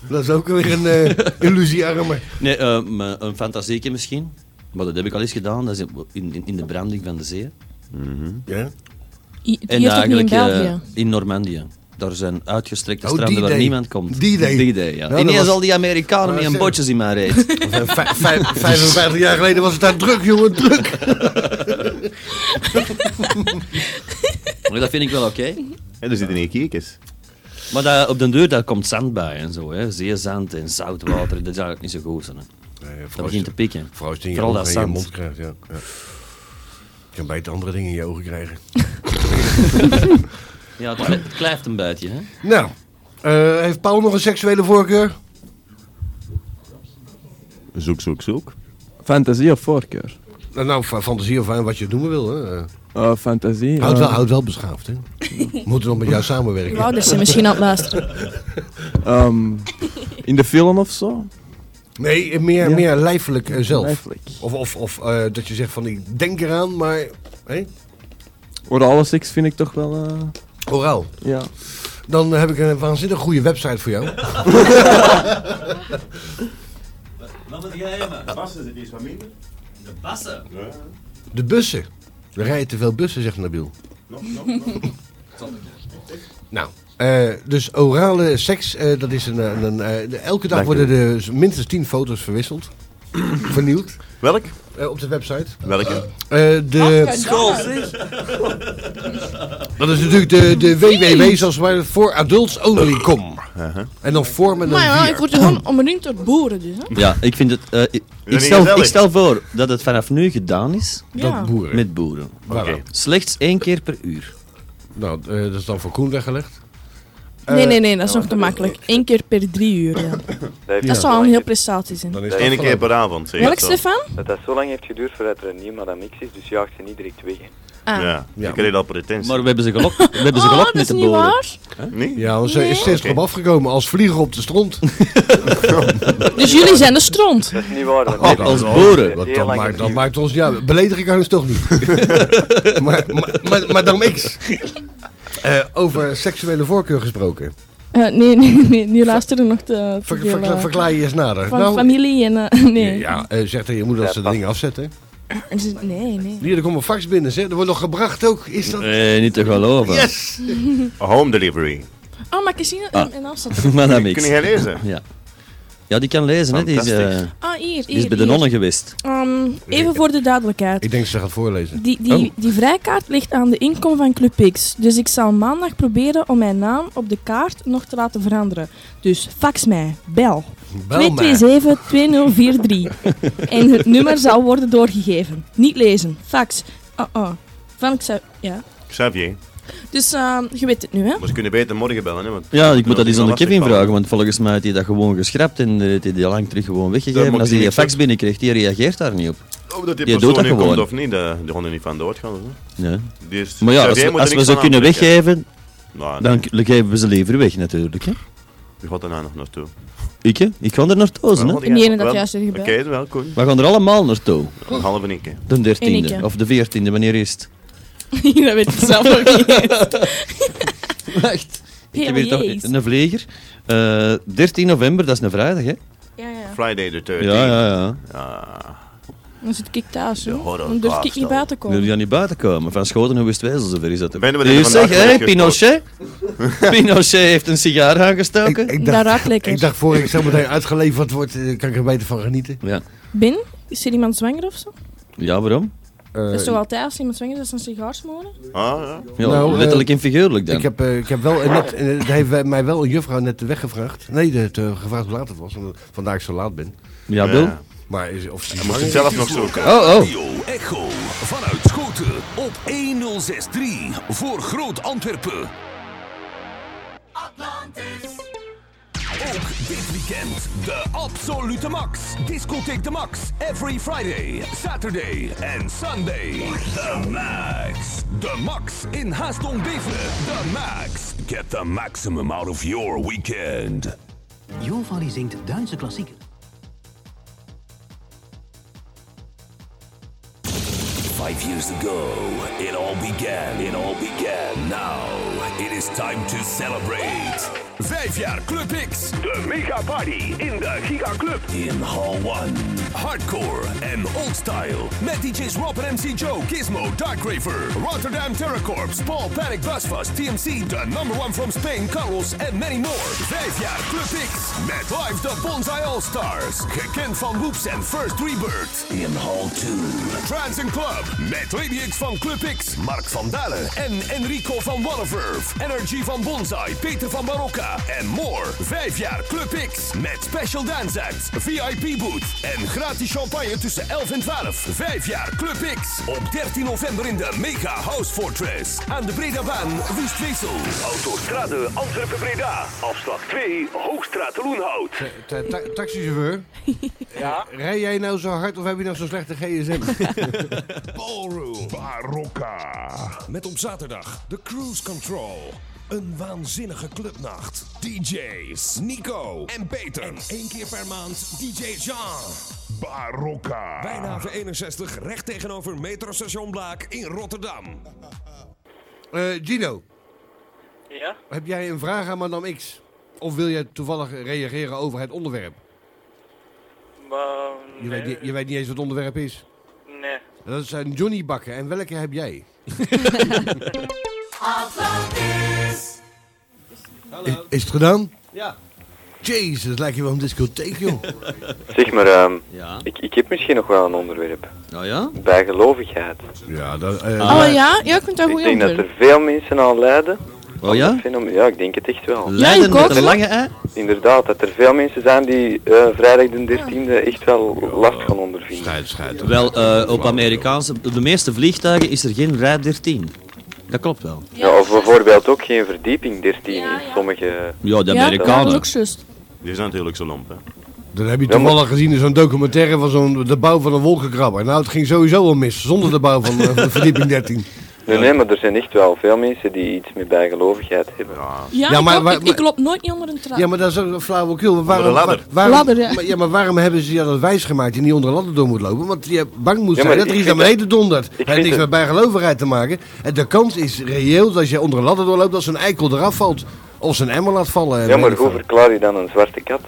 J: dat is ook weer een eh, illusiearme.
D: Nee, eh, maar een fantasieke misschien. Maar dat heb ik al eens gedaan, dat is in, in, in de branding van de zee.
O: Mhm.
D: eh,
J: Ja.
B: I- Hier toch niet in België?
D: in Normandië. Daar zijn uitgestrekte
J: Oh,
D: stranden waar
J: D-Day.
D: niemand komt.
J: D-Day.
D: D-Day, ja.
J: Nou, dat
D: Ineens
J: was-
D: al die Amerikanen met
J: Ah,
D: een
J: zeg.
D: botjes in mijn reet.
J: Vijf- vijf- 55 jaar geleden was het daar druk, jongen. Druk.
D: Maar dat vind ik wel oké.
O: En er zitten hier kiekjes.
D: Maar dat, op den deur daar komt zand bij en zo. Hè. Zeezand en zout water, dat is eigenlijk niet zo goed. Hè. dat begint te pikken.
J: Vooral als je in je,
D: Vooral
J: ogen
D: dat
J: en in je
D: zand.
J: mond krijgt, ja. ja. Je kan beter andere dingen in je ogen krijgen.
D: Ja, het, klij- het klijft een beetje. Hè.
J: nou, eh, heeft Paul nog een seksuele voorkeur?
O: Zoek, zoek, zoek.
P: Fantasie of voorkeur?
J: Nou, nou, fa- fantasie of aan wat je het noemen wil. Hè. Eh,
P: Eh, fantasie.
J: Houd
P: eh,
J: wel, houd wel beschaafd, hè. We Moeten nog met jou samenwerken.
B: Uw ouders zijn misschien aan het luisteren.
P: ehm, in de film of zo?
J: Nee, eh, meer,
P: Ja.
J: meer lijfelijk eh, zelf.
P: Lijfelijk.
J: Of, of, of eh, dat je zegt van, ik denk eraan, maar... Hé?
P: Orale seks vind ik toch wel. eh,
J: Oraal.
P: Ja.
J: Dan heb ik een waanzinnig goede website voor jou.
O: Wat moet jij hebben? Bassen zit iets wat minder.
D: De bassen?
J: De bussen. Er rijden te veel bussen, zegt Nabil. Nou, eh, dus orale seks, eh, dat is een... een, een, eh, de- elke dag
O: Dank
J: worden er dus minstens 10 foto's verwisseld. Vernieuwd.
O: Welk?
J: Eh, op de website.
O: Welke?
J: Eh, de,
O: School,
J: dat is natuurlijk de, de www, zoals wij voor adults only com.
D: Uh-huh.
J: En dan voor met een
B: Maar ja,
J: vier.
B: ik word gewoon omringd door boeren dus. Hè?
D: Ja, ik vind het... eh, ik- ik,
O: niet
D: stel,
O: gezellig?
D: ik stel voor dat het vanaf nu gedaan is.
B: Ja. Dat
J: boeren.
D: Met boeren.
J: Waarom?
D: Slechts één keer per uur.
J: Nou, eh, dat is dan voor Koen weggelegd.
B: Nee, nee, nee, dat is nog te makkelijk. Eén keer per drie uur. Ja. Dat zou een heel prestatie zijn.
O: Eén keer per avond. zeg
B: Welk,
O: ik zo.
B: Stefan?
H: Dat dat zo lang heeft geduurd voordat er een nieuwe madame X is, dus jaagt ze niet direct weg. hè.
B: Ah.
O: Ja, je kreeg al pretentie.
D: Maar we hebben ze gelokt, we hebben ze
B: Oh,
D: gelokt
B: dat
D: met
B: is
D: de
B: niet
D: boeren.
B: waar.
O: Nee?
J: Ja, want ze is steeds erop afgekomen als vlieger op de stront.
B: Dus jullie zijn de stront.
H: Oh, Dat is niet waar. want-
D: Nee, als boeren.
J: Dat,
H: Heel
J: dat,
H: lang
J: maakt, dat
H: geduurd.
J: maakt ons, ja, beledigen kan ons toch niet. maar, maar, maar, Madame X, eh, over seksuele voorkeur gesproken.
B: Eh, nee, nee, nee, nu luisteren nog te, te
J: Ver,
B: veel,
J: verkla-
B: eh,
J: verklaar je eens nader.
B: van
J: Nou,
B: familie en... eh, nee.
J: Ja, eh, zegt tegen je moeder dat ze de dingen afzetten.
B: En ze- Nee, nee.
J: Hier, er komt een fax binnen, zeg. Er wordt nog gebracht ook. Is dat...
D: Nee, Eh, niet te geloven.
J: Yes!
O: Home delivery.
B: Oh, maar Cassine
D: Ah.
B: en en Elsa.
D: Madame X.
O: Kun jij lezen?
D: Ja. Ja, die kan lezen, hè. Die is, eh,
O: Fantastisch.
B: Ah, hier, hier.
D: die is bij de
B: hier.
D: nonnen geweest.
B: Ehm, even voor de duidelijkheid.
J: Ik denk dat ze gaat voorlezen. Oh.
B: Die, die,
D: Oh.
B: die vrijkaart ligt aan de inkom van Club X. Dus ik zal maandag proberen om mijn naam op de kaart nog te laten veranderen. Dus fax mij, bel.
J: Bel mij.
B: 227-2043. en het nummer zal worden doorgegeven. Niet lezen, fax. Oh, oh. Van Xa- ja.
O: Xavier.
B: Dus ehm, je weet het nu, hè?
O: Maar ze kunnen beter morgen bellen, hè? Want Oh,
D: Ja, ik moet dat eens aan de
O: lastig
D: Kevin
O: vallen.
D: vragen, want volgens mij heeft hij dat gewoon geschrapt en eh, heeft hij die al lang terug gewoon
O: Daar
D: weggegeven.
O: moet
D: Als
O: hij
D: hij die
O: niks
D: fax binnenkrijgt, die reageert daar niet op.
J: Oh,
O: Of dat die
D: Je
O: persoon
D: doet dat
O: nu komt
D: gewoon.
O: of niet, de, die gaan er niet van doodgaan. hoor.
D: Nee.
O: Dus
D: Maar ja,
O: Xavier
D: als, we-
O: moet er
D: als we
O: niks
D: ze
O: van
D: kunnen
O: aantrekken.
D: weggeven,
O: Nou, nee.
D: dan k- geven we ze liever weg natuurlijk. Hè?
O: Wie gaat daarna nog naartoe?
D: Ik, hè? ik ga er naartoe, hè?
B: En die ene dat juist heeft
O: Oké,
B: gebeld.
O: wel, Koen.
D: We gaan er allemaal naartoe.
O: Een halve nikke.
D: De
B: En ik, hè.
D: 13e of de 14e, wanneer is het?
B: dat weet ik zelf nog niet
D: Wacht. Ik heb
B: Heel
D: hier toch
B: jeez.
D: een vleger. Eh, 13 november, dat is een vrijdag, hè?
B: Ja, ja.
O: Friday the 13th.
D: Ja, ja, ja.
B: Dan zit ik thuis, hè?
O: horror
B: Dan durf ik
O: lifestyle.
B: niet buiten te
D: Wil
B: komen.
D: je niet buiten komen? Van Schoten hoe West-Wezel, zover is dat.
O: Ben we er
D: Dus
O: vandaag nog
D: zeg, hé,
O: uitgesproken?
D: Pinochet? Pinochet heeft een sigaar aangestoken.
J: Ik
B: Dat
J: dacht,
B: ruikt lekker.
J: ik dacht voor ik zo meteen uitgeleverd word, eh, kan ik er beter van genieten.
D: Ja.
B: Bin? Is er iemand zwanger of zo?
D: Ja, waarom?
J: Eh,
B: dat is toch altijd als iemand zwanger is, dat ze een sigaar smoren?
O: Ah,
D: Ja,
J: Nou, eh,
D: letterlijk en figuurlijk dan.
J: Ik heb, eh, ik heb wel eh, net, eh, dat heeft eh, mij wel een juffrouw net weggevraagd. Nee, dat, eh, gevraagd hoe laat het was, omdat ik vandaag zo laat ben.
D: Ja, Bill?
O: Ja.
J: Maar is, of ze
C: Hij moest hem zelf nog zoeken.
J: Oh, oh.
Q: Radio Echo vanuit Schoten op 1063 voor Groot Antwerpen. Ook dit weekend de absolute max. Discotheek de max. Every Friday, Saturday en Sunday. The max. De max in Haaston Beveren. The max. Get the maximum out of your weekend.
R: Jovali zingt Duitse klassieker.
Q: Five years ago, it all began. It all began. Now, it is time to celebrate. Vijf jaar Club X. De mega party in de Giga Club. In Hall 1. Hardcore en old style. Met DJ's Rob en MC Joe, Gizmo, Dark Raver, Rotterdam Terror Corps, Paul Panic Buzz TMC, The Number One from Spain, Carlos en many more. Vijf jaar Club X. Met live de Bonsai All Stars. Gekend van Whoops en First Rebirth. In Hall 2. Trans and Club. Met Lady X van Club X, Mark van Dalen en Enrico van Wallenverf. Energy van Bonsai, Peter van Barocca en more. Vijf jaar Club X. Met special dance acts, VIP booth en gratis champagne tussen 11 en 12. Vijf jaar Club X. Op 13 november in de Mega House Fortress. Aan de Bredabaan, Wustwezel. Autostrade Antwerpen-Breda. Afslag 2, Hoogstraat Loenhout.
J: Ta- Eh, ta- taxichauffeur,
Q: Ja.
J: rij jij nou zo hard of heb je nou zo'n slechte gsm?
Q: Ballroom Barocca. Met op zaterdag de Cruise Control. Een waanzinnige clubnacht. DJ's Nico en Peter. En één keer per maand DJ Jean. Barocca. Bijna 61 recht tegenover metrostation Blaak in Rotterdam.
J: Eh, Gino,
F: Ja?
J: heb jij een vraag aan Madame X? Of wil jij toevallig reageren over het onderwerp?
F: Maar,
J: Je, weet, niet- je weet niet eens wat het onderwerp is.
F: nee.
J: Dat zijn Johnny bakken. En welke heb jij?
K: Atlantis.
J: Is, is het gedaan?
K: Ja.
J: Jezus, het lijkt je wel een discotheek, joh.
H: Zeg maar, ehm,
J: Ja.
H: ik, ik heb misschien nog wel een onderwerp.
D: Nou ja?
H: Bijgelovigheid.
J: Ja, dat...
D: Ah,
J: eh,
B: Oh ja, ja, kunt daar goed
H: Ik denk dat
B: antwoorden.
H: er veel mensen aan lijden.
D: Oh ja?
H: Ja, ik denk het echt wel.
D: Leiden met een lange ei?
H: Inderdaad, dat er veel mensen zijn die eh, vrijdag de 13e echt wel last gaan ondervinden.
J: Scheid, scheid.
D: Wel, eh, op Amerikaanse, op de meeste vliegtuigen is er geen rij 13. Dat klopt wel.
H: Ja, of bijvoorbeeld ook geen verdieping 13 in sommige...
D: Ja,
H: de
C: Die zijn natuurlijk zo lomp, hè.
J: Dan heb je toevallig gezien in zo'n documentaire van zo'n, de bouw van een wolkenkrabber. Nou, het ging sowieso al mis, zonder de bouw van, eh, van de verdieping 13.
H: Nee, nee, maar er zijn echt wel veel mensen die iets met bijgelovigheid hebben.
B: Ja,
J: Ja,
B: ik
J: maar
B: loop-
J: waar-
B: ik, ik loop nooit niet onder een trap.
J: Ja, maar dat is ook een flauwekul. Maar Waarom,
H: Onder een ladder.
J: waar- waarom-
B: Ladder, ja.
J: Maar, ja, maar waarom hebben ze je dat wijsgemaakt je niet onder een ladder door moet lopen? Want je bang moet
H: Ja,
J: zijn
H: maar
J: dat er
H: ik
J: iets naar
H: vind
J: beneden dondert. Het heeft
H: vind
J: niks met
H: het-
J: bijgelovigheid te maken. En de kans is reëel dat als je onder een ladder doorloopt dat zo'n eikel eraf valt. Of zijn emmer laat vallen. en
H: Ja, maar
J: weet ik
H: hoe
J: veel.
H: verklaar je dan een zwarte kat?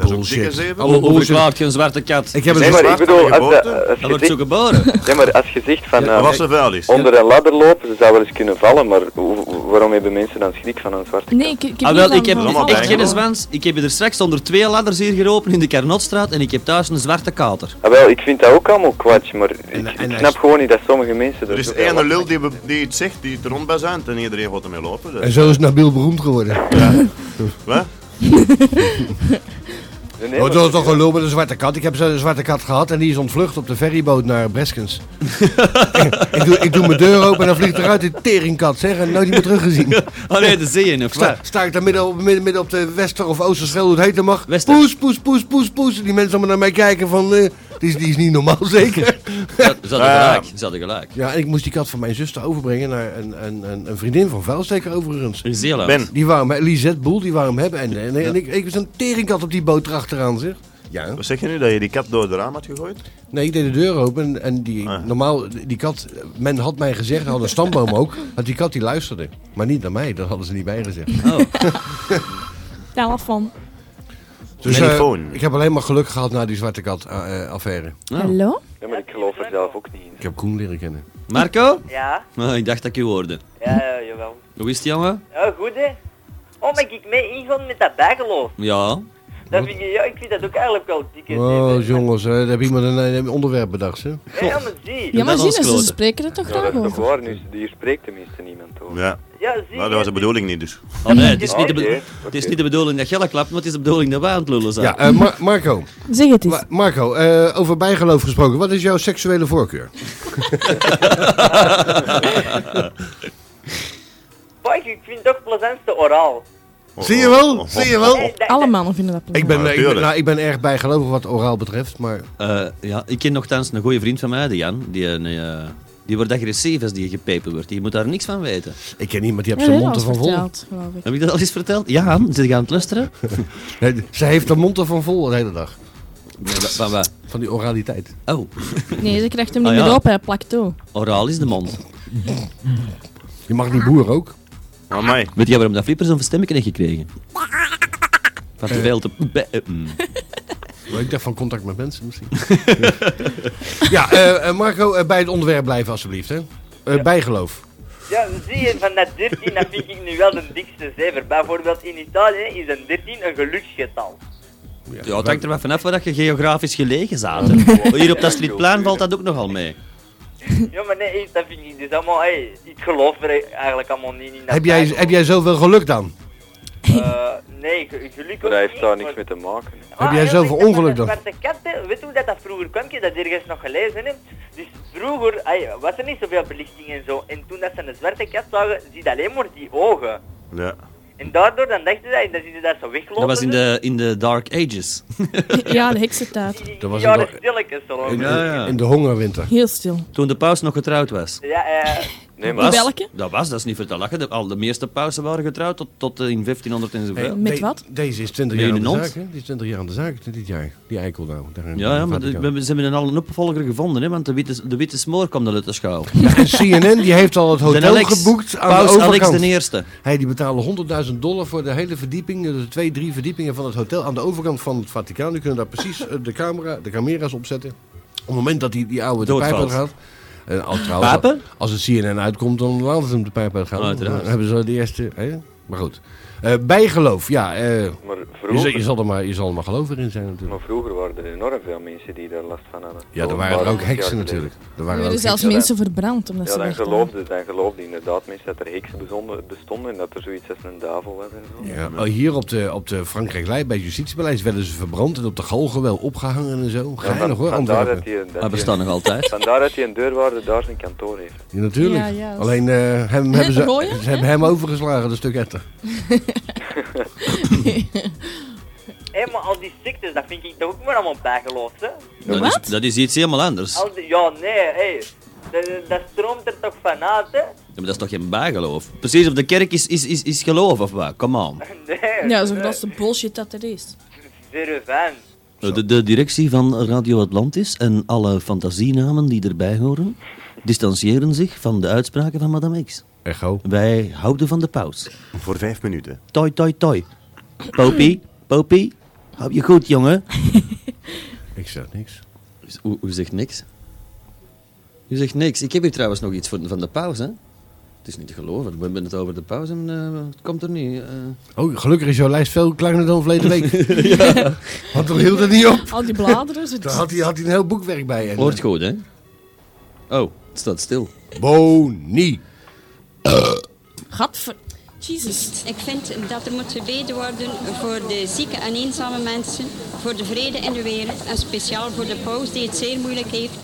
J: Bullshit.
D: Hoe, hoe verklaart je een zwarte kat?
J: Ik heb
H: Nee, maar ik bedoel, als, de- als
D: Dat
H: je
D: wordt zo
H: zegt...
D: geboren.
H: Ja, maar als je zegt van... eh,
C: was er wel eens,
H: Onder een ladder lopen, ze zou wel eens kunnen vallen, maar hoe- waarom hebben mensen dan schrik van een zwarte
B: Nee, ik, ik heb
D: Ah,
B: niet
D: wel,
B: van-
D: ik heb
B: van-
D: echt geen zwans. Ik heb er straks onder twee ladders hier geropen in de Carnotstraat en ik heb thuis een zwarte kater.
H: Ah, wel, ik vind dat ook allemaal kwats, maar ik, ik snap gewoon niet dat sommige mensen
C: Er is
H: zo
C: één
H: last
C: lul die, we- die het zegt, die het rond bij zijn en iedereen gaat ermee lopen. dus.
J: En zo is Nabil beroemd geworden.
C: Wat?
H: nee,
J: oh, dat is toch een lul met een zwarte kat. Ik heb zo'n zwarte kat gehad en die is ontvlucht op de ferryboot naar Breskens. ik, doe, ik doe mijn deur open en dan vliegt eruit die teringkat, zeg. En nooit meer teruggezien.
D: Oh nee, dat zie je nog.
J: Sta, sta ik daar midden op, midden, midden op de Wester of Oosterschelde, hoe het heten mag. Poes, poes, poes, poes, poes. Die mensen allemaal naar mij kijken van... eh, die, is, die is niet normaal, zeker.
D: Ze ze hadden
H: Ah.
D: gelijk. Ze hadden gelijk.
J: Ja, en ik moest die kat van mijn zuster overbrengen naar een, een, een, een vriendin van Vuilsteker overigens.
D: In Zeeland. Ben.
J: Die wou hem, Lisette Boel, die wou hem hebben. En, en, en ik, ik was een teringkat op die boot erachteraan, zeg. Ja.
C: Wat zeg je nu, dat je die kat door de raam had gegooid?
J: Nee, ik deed de deur open en, en die, normaal, die kat, men had mij gezegd, had een stamboom ook, dat die kat die luisterde. Maar niet naar mij, dat hadden ze niet bij gezegd.
D: Oh.
B: Daar wat van.
J: Dus eh,
C: Telefoon.
J: ik heb alleen maar geluk gehad na die zwarte kat eh, eh, affaire.
D: Oh.
B: Hallo?
H: Ja, maar ik geloof er zelf ook niet in.
J: Ik heb Koen leren kennen.
D: Marco?
S: Ja?
D: Ah, ik dacht dat ik je hoorde.
S: Ja, ja, jawel.
D: Hoe is het, jongen?
S: Ja, goed hè. Oh, ben ik mee ingaan met dat bijgeloof?
D: Ja.
F: Dat vind ik, ja, ik vind dat ook eigenlijk wel dik. hè.
J: Oh, jongens, hè, daar heb iemand een, een onderwerp bedacht, hè?
F: Ja, ja, maar dus zie.
B: Ja, maar zie, ze spreken er toch
H: Ja,
B: graag
H: dat is
B: over.
H: toch waar, nu, hier spreekt tenminste niemand over.
C: Ja.
F: Ja,
C: Maar dat was de bedoeling niet dus.
D: Oh nee, het is, niet de,
H: Oké,
D: be- het is niet de bedoeling dat Jelle klapt, maar het is de bedoeling dat wij aan het lullen zijn.
J: Ja, eh, Mar- Marco.
B: Zeg het eens.
J: Marco, eh, over bijgeloof gesproken, wat is jouw seksuele voorkeur?
F: Fuck, ik vind het toch plezantste oraal.
J: Zie je wel? Zie je wel?
B: Alle mannen vinden dat plezant.
J: Ik ben,
D: Ja,
J: ik, ben,
D: tuurlijk.
J: nou, ik ben erg bijgelovig wat oraal betreft, maar...
D: Eh, ja, ik ken nogthans een goede vriend van mij, de Jan. Die, een, eh, die wordt agressief als die gepepen wordt. Je moet daar niks van weten.
J: Ik ken niemand die
B: Ja, dat was verteld, geloof ik.
D: Heb ik dat al eens verteld? Ja, Han, zit je aan het luisteren?
J: Nee, ze heeft de mond ervan vol de hele dag.
D: Nee, wa- Van wat?
J: Van die oraliteit.
D: Oh,
B: Nee, ze krijgt hem niet
D: Ah, ja.
B: meer op, hij plakt toe.
D: oraal is de mond.
J: Je mag niet boeren ook.
C: Ah, Amai.
D: Weet jij waarom dat Flipper zo'n verstemming heeft gekregen? Van te veel te... be- eh, mm.
J: Oh Maar ik dacht van contact met mensen misschien. ja, eh, eh, Marco, eh, bij het onderwerp blijven alsjeblieft, hè? Eh, Bijgeloof.
F: Ja, zie je, van dat 13, dat vind ik nu wel de dikste zever. Bijvoorbeeld in Italië is een 13 een geluksgetal.
D: Ja, het hangt er maar vanaf waar dat je geografisch gelegen zaten. Hier op dat Slietplein valt dat ook nogal mee.
F: Ja, maar nee, dat vind ik dus allemaal, hey, ik geloof er eigenlijk allemaal niet in. dat
J: Heb jij,
F: bijbel.
J: heb jij zoveel geluk dan?
F: Eh, nee, ge- gelukkig
H: Maar hij heeft daar
F: niet,
H: niks mee te maken.
F: Ah,
H: hè.
J: Heb jij zoveel ongeluk dan?
F: Maar de kat, hè, weet je hoe dat, dat vroeger kwam? Ik heb dat ergens nog gelezen. Hè? Dus vroeger ay, was er niet zoveel belichting en zo. En toen dat ze een zwarte kat zagen, zie je alleen maar die ogen.
C: Ja.
F: En daardoor dan dachten ze, en dan zien ze daar zo weglopen.
D: Dat was in de, in de Dark Ages.
B: Ja, de heksentaart.
F: Dat
J: was
F: was
J: in
F: jaren
J: de-
F: stilletjes zo lang.
D: Ja, ja.
J: In de hongerwinter.
B: Heel stil.
D: Toen de paus nog getrouwd was.
F: Ja, eh,
D: Nee,
B: maar- Die welke?
D: Dat was, dat is niet voor te lachen. De, al de meeste pausen waren getrouwd tot, tot eh, in 1500 en zoveel.
B: Met wat?
J: Deze is 20
D: Met
J: jaar aan
D: een
J: de
D: hond.
J: zaak, hè? Die is 20 jaar aan de zaak, dit jaar. Die eikel nou. Daar-
D: Ja, ja, maar
J: daar-
D: de- we, ze hebben al een opvolger gevonden, hè, want de witte, de witte smoor kwam de lutte schuil.
J: En CNN die heeft al het hotel
D: De Alex,
J: geboekt aan
D: Paus
J: de overkant.
D: Alex de Eerste.
J: Hey, die betalen 100.000 dollar voor de hele verdieping, de twee, drie verdiepingen van het hotel aan de overkant van het Vaticaan. Die kunnen daar precies eh, de, camera, de camera's opzetten. Op het moment dat die, die oude de pijp
D: Doodvalt.
J: uitgaat. En als, trouwens,
D: Pijpen?
J: als het CNN uitkomt, dan laten ze hem de pijp
D: Oh,
J: uitgaan.
D: uiteraard.
J: Dan hebben ze de eerste. Hè? Maar goed. Eh, bijgeloof, ja. eh,
H: Maar
J: je, zal-
H: vroeger,
J: je zal er maar, je zal er maar geloven in zijn natuurlijk.
H: maar vroeger waren er enorm veel mensen die daar last van hadden.
J: Ja, er
H: Zo'n
J: waren er
H: paar
J: ook
H: honderd
J: heksen
H: jaar geleden.
J: natuurlijk. Er
B: Er
J: waren
B: werden
J: ook
B: zelfs
J: heksen.
B: mensen verbrand omdat
H: Ja,
B: ze
H: dan
B: weg waren.
H: geloofden, dan geloofden inderdaad mensen dat er heksen bezonden- bestonden en dat er zoiets als een duivel was en zo.
J: Ja, oh, hier op de, op de Frankrijk-lijn bij het justitiepaleis werden ze verbrand en op de galgen wel opgehangen en zo.
H: Ja, van-
J: Geinig hoor,
H: vandaar dat
J: Antwerpen.
H: hij, dat
D: Hij bestaat nog altijd.
H: Vandaar dat hij een deurwaarder daar zijn kantoor heeft.
J: Ja, natuurlijk.
B: Ja, ja.
J: Alleen eh, hem, hebben ze,
B: Rooien,
J: ze hebben hem overgeslagen, dat stuk etter.
F: hé, maar al die ziektes, dat vind ik toch ook maar allemaal bijgeloof, hè?
D: Dat is, dat is iets helemaal anders. Ja,
F: Al die, ja, nee, hé. Dat, dat stroomt er toch vanuit, hè?
D: maar dat is toch geen bijgeloof? Precies, of de kerk is, is, is, is geloof of wat? Come on.
F: Nee.
B: Ja, zo dat is de bullshit dat er is.
F: Zero van.
D: De, de directie van Radio Atlantis en alle fantasienamen die erbij horen, distancieren zich van de uitspraken van Madame X.
J: Echo.
D: Wij houden van de paus.
C: Voor vijf minuten.
D: Toi, toi, toi. Popie, popie, hou je goed, jongen.
J: Ik zeg niks.
D: U, u zegt niks. U zegt niks. Ik heb hier trouwens nog iets voor, van de paus, hè. Het is niet te geloven. We hebben het over de paus en eh, het komt er niet. eh.
J: Oh, gelukkig is jouw lijst veel kleiner dan verleden week. Want er hield het niet op.
B: Al die bladeren. zo-
J: Daar had hij, had hij een heel boekwerk bij. En,
C: eh,
J: eh,
D: Hoort goed, hè? Oh, het staat stil.
J: Boni.
B: Gadver... Jezus.
S: Ik vind dat er moet gebeden worden voor de zieke en eenzame mensen, voor de vrede in de wereld en speciaal voor de paus die het zeer moeilijk heeft.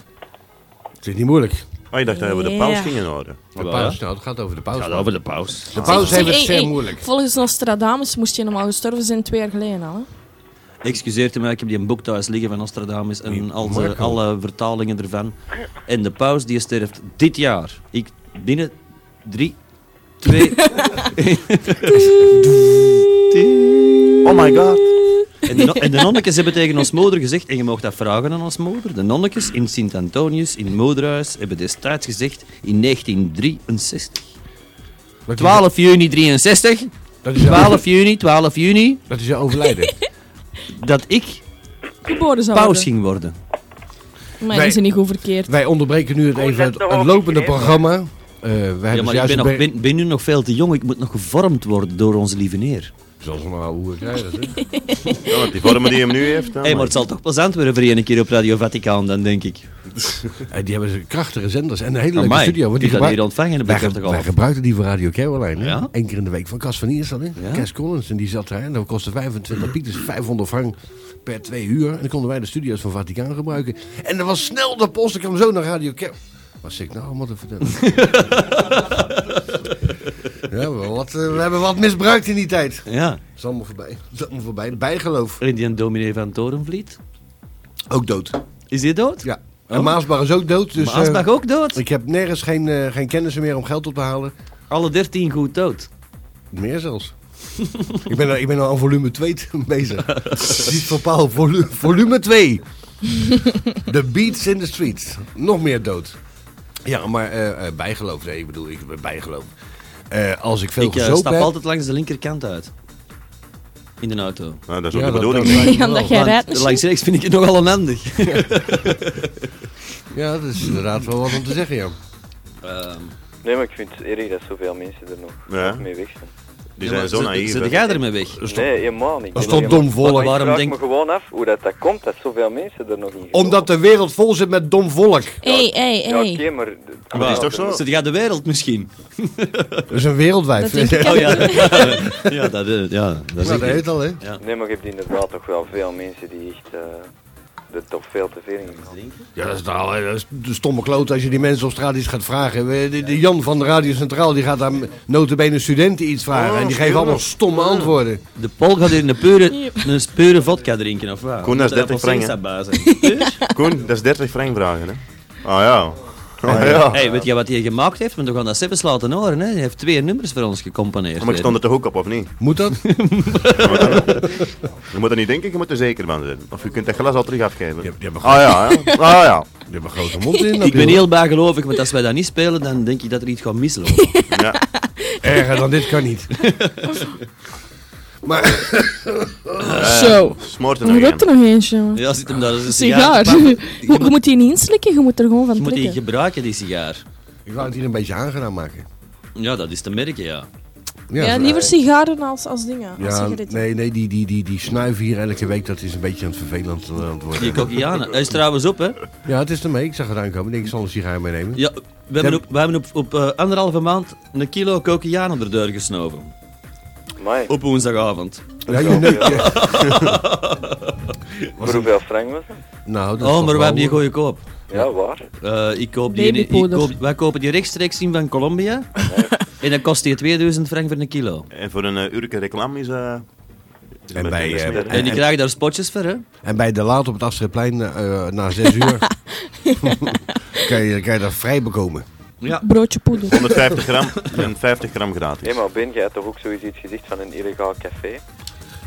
J: Het is niet moeilijk.
C: Oh, je dacht dat we de
B: Ja.
C: paus gingen houden.
J: De paus, nou, het gaat over de paus.
D: Het gaat over de paus.
J: De paus heeft het
B: Hey,
J: zeer
B: hey,
J: moeilijk.
B: Volgens Nostradamus moest je normaal gestorven zijn twee jaar geleden al. Hè?
D: Excuseert me, ik heb die een boek thuis liggen van Nostradamus en al de-
J: Marco.
D: alle vertalingen ervan. En de paus die sterft dit jaar. Ik binnen drie, twee.
C: Oh my god.
D: en, de, no- en de nonnetjes hebben tegen ons moeder gezegd, en je mag dat vragen aan ons moeder. De nonnetjes in Sint-Antonius in Moderhuis hebben destijds gezegd in 1963.
J: Dat is-
D: 12 juni 63.
J: Dat is, jouw,
D: 12 juni, 12 juni.
J: dat is jouw overlijden.
D: Dat ik
B: Geboren zou
D: paus
B: worden.
D: ging worden.
B: Maar
J: Nee.
B: is er niet goed verkeerd.
J: Wij onderbreken nu het even het, het lopende programma. eh, wij hebben
D: ja, maar ik
J: juist
D: ben, nog,
J: een be-
D: ben, ben nu nog veel te jong. Ik moet nog gevormd worden door onze lieve neer.
J: Zoals een oude hoer krijgen,
D: Ja,
C: met die vormen die hem nu heeft, dan
D: Hey, maar het zal toch plezant worden voor een keer op Radio Vaticaan, dan denk ik.
J: die hebben krachtige zenders en een hele leuke
D: Amai,
J: studio. want
D: die gaan
J: gebruik-
D: hier ontvangen, dat ben
J: wij,
D: ik
J: ge-
D: toch al.
J: wij gebruikten die voor Radio Caroline. hè?
D: Ja?
J: Eén keer in de week van Cas van Iersel. hè? Cas Collins. En die zat daar. En dat kostte 25 piek. Dus 500 frank per twee uur. En dan konden wij de studio's van Vaticaan gebruiken. En dat was snel de post. Ik kwam zo naar Radio Caroline. Wat zit ik nou allemaal te vertellen? ja, we, wat, eh, we hebben wat misbruikt in die tijd.
D: Ja.
J: Het is allemaal voorbij. Het is allemaal voorbij. De bijgeloof.
D: En die en dominee van Torenvliet?
J: Ook dood.
D: Is die dood? Oh.
J: Ja. En Maasbach is ook dood. Dus, eh,
D: Maasbach ook dood?
J: Ik heb nergens geen, eh, geen kennissen meer om geld op te halen.
D: Alle dertien goed dood.
J: Meer zelfs. ik, ben, al- ik ben al aan volume 2 bezig. Niet voor Paul, volu- volume 2. the Beats in the Streets. Nog meer dood. Ja, maar eh, eh, bijgeloof. Nee, ik bedoel, ik ben bijgeloof. Eh, als ik veel
D: ik eh,
J: gezopen
D: stap
J: heb...
D: altijd langs de linkerkant uit. In de auto.
C: Nou, dat
J: is ook Ja, de dat- bedoeling, dat
B: denk ik. lijkt me Omdat wel. jij rijdt
D: Want
B: misschien?
D: Langs rechts vind ik het nogal onhandig.
J: Ja, dat is inderdaad wel wat om te zeggen, ja.
D: Ehm.
H: Nee, maar ik vind het erg dat zoveel mensen er nog
C: Ja.
H: mee weg zijn.
C: Die zijn zo naïef. hè.
D: ermee weg?
H: Nee, helemaal niet.
J: Dat is
H: Nee,
J: toch
H: helemaal-
J: domvolle?
H: Maar
J: Waarom
H: ik vraag
J: denk-
H: me gewoon af hoe dat, dat komt, dat zoveel mensen er nog in gaan.
J: Omdat de wereld vol zit met dom volk.
B: Hé, hé,
H: Ja, oké,
B: hé.
H: maar...
D: Maar dat is toch zo? Zit jij Dus de wereld misschien?
J: Dat is een wereldwijf.
B: Dat denk ik
D: Oh ja.
H: ook.
D: ja, dat, eh, ja, dat is
J: Nou, dat heet al, hè?
H: Nee, maar je hebt inderdaad toch wel veel mensen die echt... eh er toch veel te veel in gaan.
J: Ja, dat is, nou, dat is de stomme kloot als je die mensen op straat iets gaat vragen. We- De, de Jan van de Radio Centraal die gaat aan notabene studenten iets vragen. en die geven allemaal stomme antwoorden.
D: Oh, De Paul gaat hier een pure, een pure vodka drinken, of wat?
C: Koen, dat is 30 frank. hè. Koen, dat is 30 frank vragen, hè? Ah ja. Ah ja.
D: Hey, weet je wat hij gemaakt heeft? Want we gaan dat zelfs laten horen. Hè. Hij heeft twee nummers voor ons gecomponeerd.
C: Maar ik stond er toch ook op, of niet?
J: Moet dat?
C: Je moet er niet denken, je moet er zeker van zijn. Of je kunt dat glas al terug afgeven.
J: ah
C: ja, hè. ah ja.
J: Je hebt een grote mond in.
D: Ik ben heel bijgelovig, want als wij dat niet spelen, dan denk ik dat er iets gaat mislopen.
C: Ja.
J: Erger dan dit kan niet. maar...
B: Zo.
C: Smoort er Eh, nog
B: Hoe
C: in.
B: dat er nog eentje, jongen?
D: Ja, zit hem daar. Dat is een
B: Sigaar.
D: sigaar.
B: Je, je moet die niet inslikken, je moet er gewoon
D: Je
B: van
D: moet die
B: trekken.
D: gebruiken, die sigaar.
J: Ik wou het hier een beetje aangenaam maken.
D: Ja, dat is te merken, ja.
B: Ja, liever sigaren als, als dingen. Als
J: Ja,
B: sigaretten.
J: nee, nee, die, die, die, die snuiven hier elke week, dat is een beetje aan het vervelend eh, aan het worden.
D: Die Kokianen. Hij is trouwens op, hè.
J: Ja, het is ermee. Ik zag het aankomen. Ik denk, ik zal een sigaar meenemen.
D: Ja, we hebben op, we hebben op, op eh, anderhalve maand een kilo kokianen erdoor gesnoven.
H: Amai.
D: Op woensdagavond.
J: Ja, je neukt, ja.
H: Maar hoeveel frank was dat?
J: Nou, dat is
D: Oh,
J: toch
D: maar
J: wel-
D: we hebben die goede koop.
H: Ja, waar?
D: Eh, ik koop die, in- ik
B: Babypoeder.
D: koop, wij kopen die rechtstreeks in van Colombia. En dan kost die 2000 frank voor een kilo.
C: En voor een eh, uurke reclame is... eh, is
J: En
C: met-
J: bij,
C: met-
J: eh,
C: met-
D: En die
J: en-
D: krijgen daar spotjes voor, hè?
J: En bij De Laat op het Afscheidplein eh, na zes uur kan, je, kan je dat vrij bekomen.
D: Ja.
B: Broodje poeder.
C: 150 gram en 50 gram gratis.
H: Hé, maar Ben, jij had toch ook zoiets iets gezegd van een illegaal café?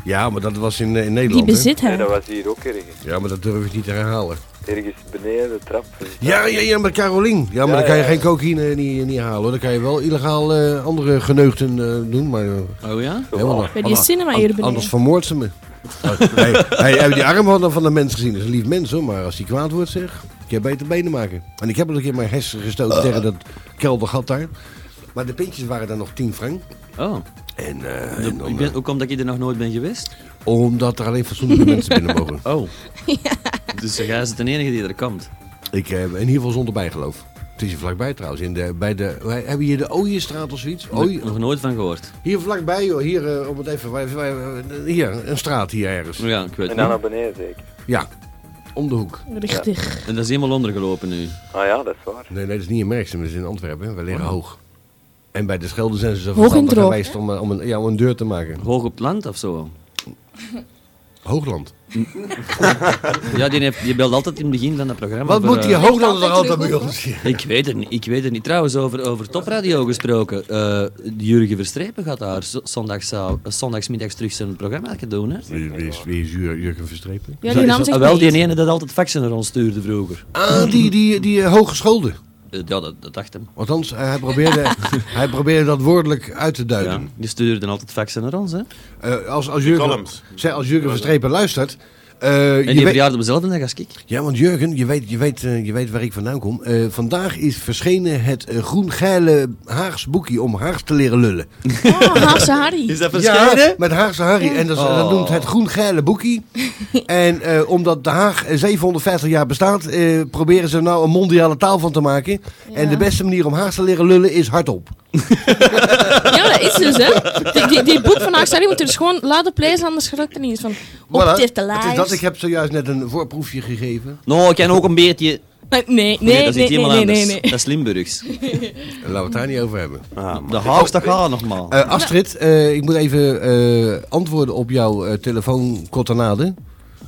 J: Ja, maar dat was in, eh, in Nederland. hè?
H: Nee, dat was hier ook ergens.
J: Ja, maar dat durf ik niet te herhalen.
H: Ergens beneden de trap.
J: Ja, ja, ja, maar Carolien. Ja, maar
H: Ja,
J: dan kan je
H: ja,
J: geen cocaïne eh, niet, niet halen. hoor. Dan kan je wel illegaal eh, andere geneugten eh, doen. Maar, eh,
D: Oh ja?
J: helemaal
B: Bij die
J: anders-
B: cinema
J: an-
B: hier beneden.
J: Anders vermoordt ze me. hey, hey, heb je die arm van, van de mens gezien? Dat is een lief mens hoor, maar als die kwaad wordt zeg, ik heb beter benen maken. En ik heb al een keer mijn hersen gestoten tegen dat keldergat daar. Maar de pintjes waren dan nog 10 frank.
D: Oh.
J: En,
D: De-
J: eh, en dan,
D: ik ben, hoe komt dat ik er nog nooit ben geweest?
J: Omdat er alleen fatsoenlijke mensen binnen mogen.
D: Oh. Dus jij is het de enige die er komt.
J: Ik heb in ieder geval zonder bijgeloof. Het is hier vlakbij trouwens. In de, bij de, wij hebben hier de Ooienstraat of zoiets? Ooi-
D: Nog nooit van gehoord.
J: hier vlakbij joh, hier eh, om het even, wij- wij- eh, hier, een straat hier ergens.
D: Ja, ik weet
H: En dan
D: het
H: naar
D: niet.
H: beneden zeker.
J: Ja, om de hoek.
B: Richtig.
D: En dat is helemaal ondergelopen nu. Oh.
H: Ah ja, dat is waar.
J: Nee, nee, dat is niet in Merksem, dat is in Antwerpen. We liggen hoog. En bij de Schelde zijn ze zo
B: Hoog en
J: verstandig
B: droog,
J: geweest om, eh, om, een, ja, om een deur te maken.
D: Hoog op het land of zo.
J: Hoogland.
D: Ja, die, heeft, die belt altijd in het begin van het programma.
J: Wat
D: voor,
J: moet die
D: eh,
J: Hooglander toch altijd bij ons?
D: Ik weet het niet. Ik weet het niet. Trouwens, over, over topradio gesproken. eh, Jurgen Verstrepen gaat daar z- zondagsa- eh, zondagsmiddags terug zijn programma doen. Hè?
J: Wie, wie is, wie is Jur- Jurgen Verstrepen?
B: Ja, die naam
D: Ah,
B: zegt
D: wel,
B: mij
D: die
B: iets.
D: ene dat altijd faxen naar ons stuurde vroeger.
J: Ah, die, die, die eh, hooggeschoolde.
D: Eh, ja, dat, dat dacht hem.
J: Althans, eh, hij probeerde, hij probeerde dat woordelijk uit te duiden.
D: Ja, die stuurde altijd faxen naar ons. Hè?
J: Eh, als, als Jurgen,
C: columns.
J: zeg, als Jurgen Verstrepen luistert, Eh,
D: En die verjaarde op dezelfde dag als ik.
J: Ja, want Jurgen, je weet, je weet, eh, je weet waar ik vandaan kom. Eh, vandaag is verschenen het eh, groen-geile Haags boekje om Haags te leren lullen.
B: Oh, Haagse Harry.
J: Ja, met Haagse Harry. En dat, is-
D: Oh.
J: dat noemt het groen-geile boekie. en eh, omdat De Haag eh, 750 jaar bestaat, eh, proberen ze er nou een mondiale taal van te maken. En de beste manier om Haags te leren lullen is hardop.
B: Ja, dat is dus, hè. Die, die, die boek van Haagse Harry moet er dus gewoon laten plezen, anders gelukt het niet. Van, op
J: Voilà.
B: dit te
J: Het is dat, ik heb zojuist net een voorproefje gegeven.
D: Nou, ik ken ook een beetje...
B: Nee, nee,
D: Nee,
B: nee,
D: dat is
B: nee,
D: iets
B: nee,
D: helemaal
B: nee,
D: anders.
B: nee,
D: Dat is Limburgs.
J: Eh,
D: Ah,
J: Laten we het daar niet over hebben.
D: de Haagse gaan nogmaals.
J: Eh, Astrid, eh, ik moet even eh, antwoorden op jouw eh telefoonkottenade.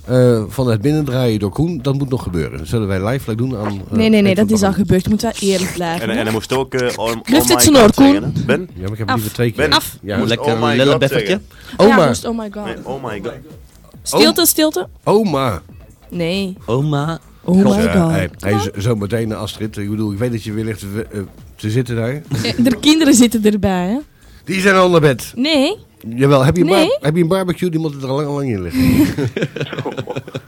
J: eh, van het binnendraaien door Koen. Dat moet nog gebeuren. Dat zullen wij live doen aan... eh,
B: Nee, nee, nee,
J: het
B: dat is al
J: programma.
B: gebeurd. Je moet wel eerlijk blijven.
T: En, en hij moest ook... eh oh,
B: Lucht het
T: my
B: zijn
T: God
B: oor, Koen.
T: zeggen, hè. Ben?
J: Ja, maar ik heb
B: Af.
J: liever twee keer.
T: Ben,
B: Af.
J: Ja.
T: moest
D: Lekker
T: oh my God
D: lillebeffertje.
T: zeggen.
J: Oma.
B: Ja, moest, oh my god.
T: Nee, oh my god.
B: Stilte, stilte.
J: Oma.
B: Nee.
D: Oma.
B: Oh my
J: Ja,
B: god.
J: Hij, hij is zometeen Astrid. Ik bedoel, ik weet dat je weer ligt te, eh, te zitten daar.
B: Eh, De kinderen zitten erbij, hè.
J: Die zijn al naar bed.
B: Nee.
J: Jawel, heb je, een bar-
B: Nee.
J: heb je een barbecue? Die moet er al lang, lang in liggen.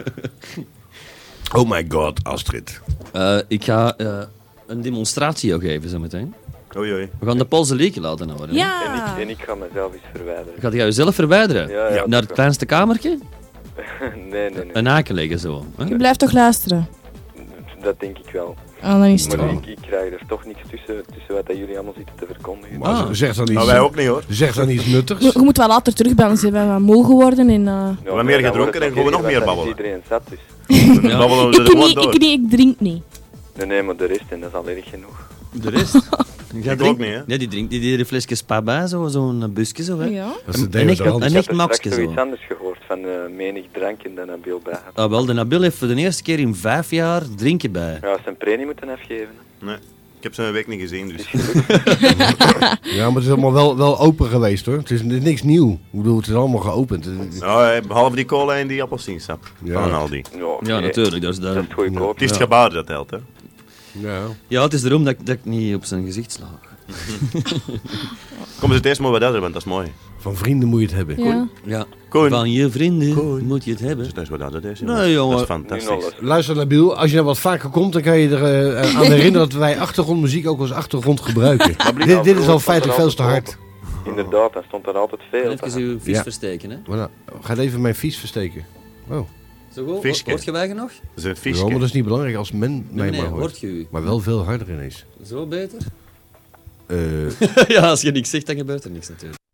J: oh my god, Astrid.
D: Eh, ik ga eh, een demonstratie ook geven zometeen.
T: Oei, oei.
D: We gaan de Poolse leek laten houden. hè.
B: Ja.
H: En ik, en ik ga mezelf eens verwijderen.
D: Gaat jij jezelf verwijderen?
H: Ja, ja, dat
D: Naar
H: kan.
D: het kleinste kamertje?
H: nee, nee, nee.
D: Een haken leggen zo. hè?
B: Je blijft toch luisteren?
H: Dat denk ik wel.
B: Ah, dan is het
H: maar
B: wel.
H: ik, ik krijg er toch niks tussen, tussen wat dat jullie allemaal zitten te verkondigen. Nou,
J: Maar
D: Ah.
J: Zeg dan iets.
T: Nou, wij ook niet hoor.
J: Zeg dan iets
B: Je,
J: nuttigs.
B: je moet wel later terug bij ons. hè. We hebben moe geworden en... eh,
T: We hebben meer
H: dan wordt
T: gedronken
H: het
T: en gaan we nog
H: irritant,
T: meer
H: dan is
T: babbelen.
H: iedereen zat dus.
T: Dan babbelen we er
B: Ik
T: gewoon
B: niet,
T: door.
B: ik niet, ik drink niet.
H: Nee, nee, maar de rest, en dat is al erg genoeg.
D: De rest?
T: Ik ook niet, hè.
D: Nee, die drinkt die, die, die flesje spa bij, zo- zo'n eh, busje zo. Hè?
B: Ja.
J: Dat is de
D: Een-
J: ding
D: Een
J: met
D: echt,
J: de hand.
D: een
H: Ik
D: echt
H: heb er straks
D: mapske zo.
H: zoiets anders gehoord van eh, menig drank en dan Nabil bij. had.
D: Ah, wel, de Nabil heeft voor de eerste keer in vijf jaar drinken bij.
H: Ja, zijn premie moeten afgeven.
T: Nee, ik heb ze een week niet gezien, dus...
J: Ja, maar het is allemaal wel, wel open geweest hoor. Het is, het is niks nieuw. Ik bedoel, het is allemaal geopend. Het is-
T: Nou, eh, behalve die cola en die appelsiensap.
J: Ja.
T: Van Aldi.
H: Ja,
D: Ja, natuurlijk. Dat is, daar.
H: Dat is goedkoop.
T: Het is het gebaar dat telt, hè.
J: Ja.
D: ja, het is daarom dat, ik- dat ik niet op zijn gezicht sla.
T: Kom eens het eerst maar bij dat er, want dat is mooi.
J: Van vrienden moet je het hebben.
B: Ja.
D: Ja.
T: Koen.
D: Van je vrienden moet je het hebben.
T: Dat is wat dat is. Dat is
D: Nee, jongen.
H: Nu al
T: fantastisch.
H: eens.
J: Luister Nabil, als je nou wat vaker komt, dan kan je er eh, aan herinneren dat wij achtergrondmuziek ook als achtergrond gebruiken. dit, dit is al feitelijk veel te hard.
H: Inderdaad, dan stond er altijd veel. te
D: Even uw vis
J: Ja.
D: versteken, hè.
J: Voilà. Gaat even mijn vies versteken. Oh,
D: Zo, ho- ho-
T: Visje.
D: hoort je wij nog?
T: Dat is een
J: ja, maar dat
T: visje.
J: is niet belangrijk als men mij
D: Nee, nee,
J: maar hoort.
D: hoort je u.
J: Maar wel veel harder ineens.
D: Zo beter?
J: Eh,
D: ja, als je niks zegt, dan gebeurt er niks natuurlijk.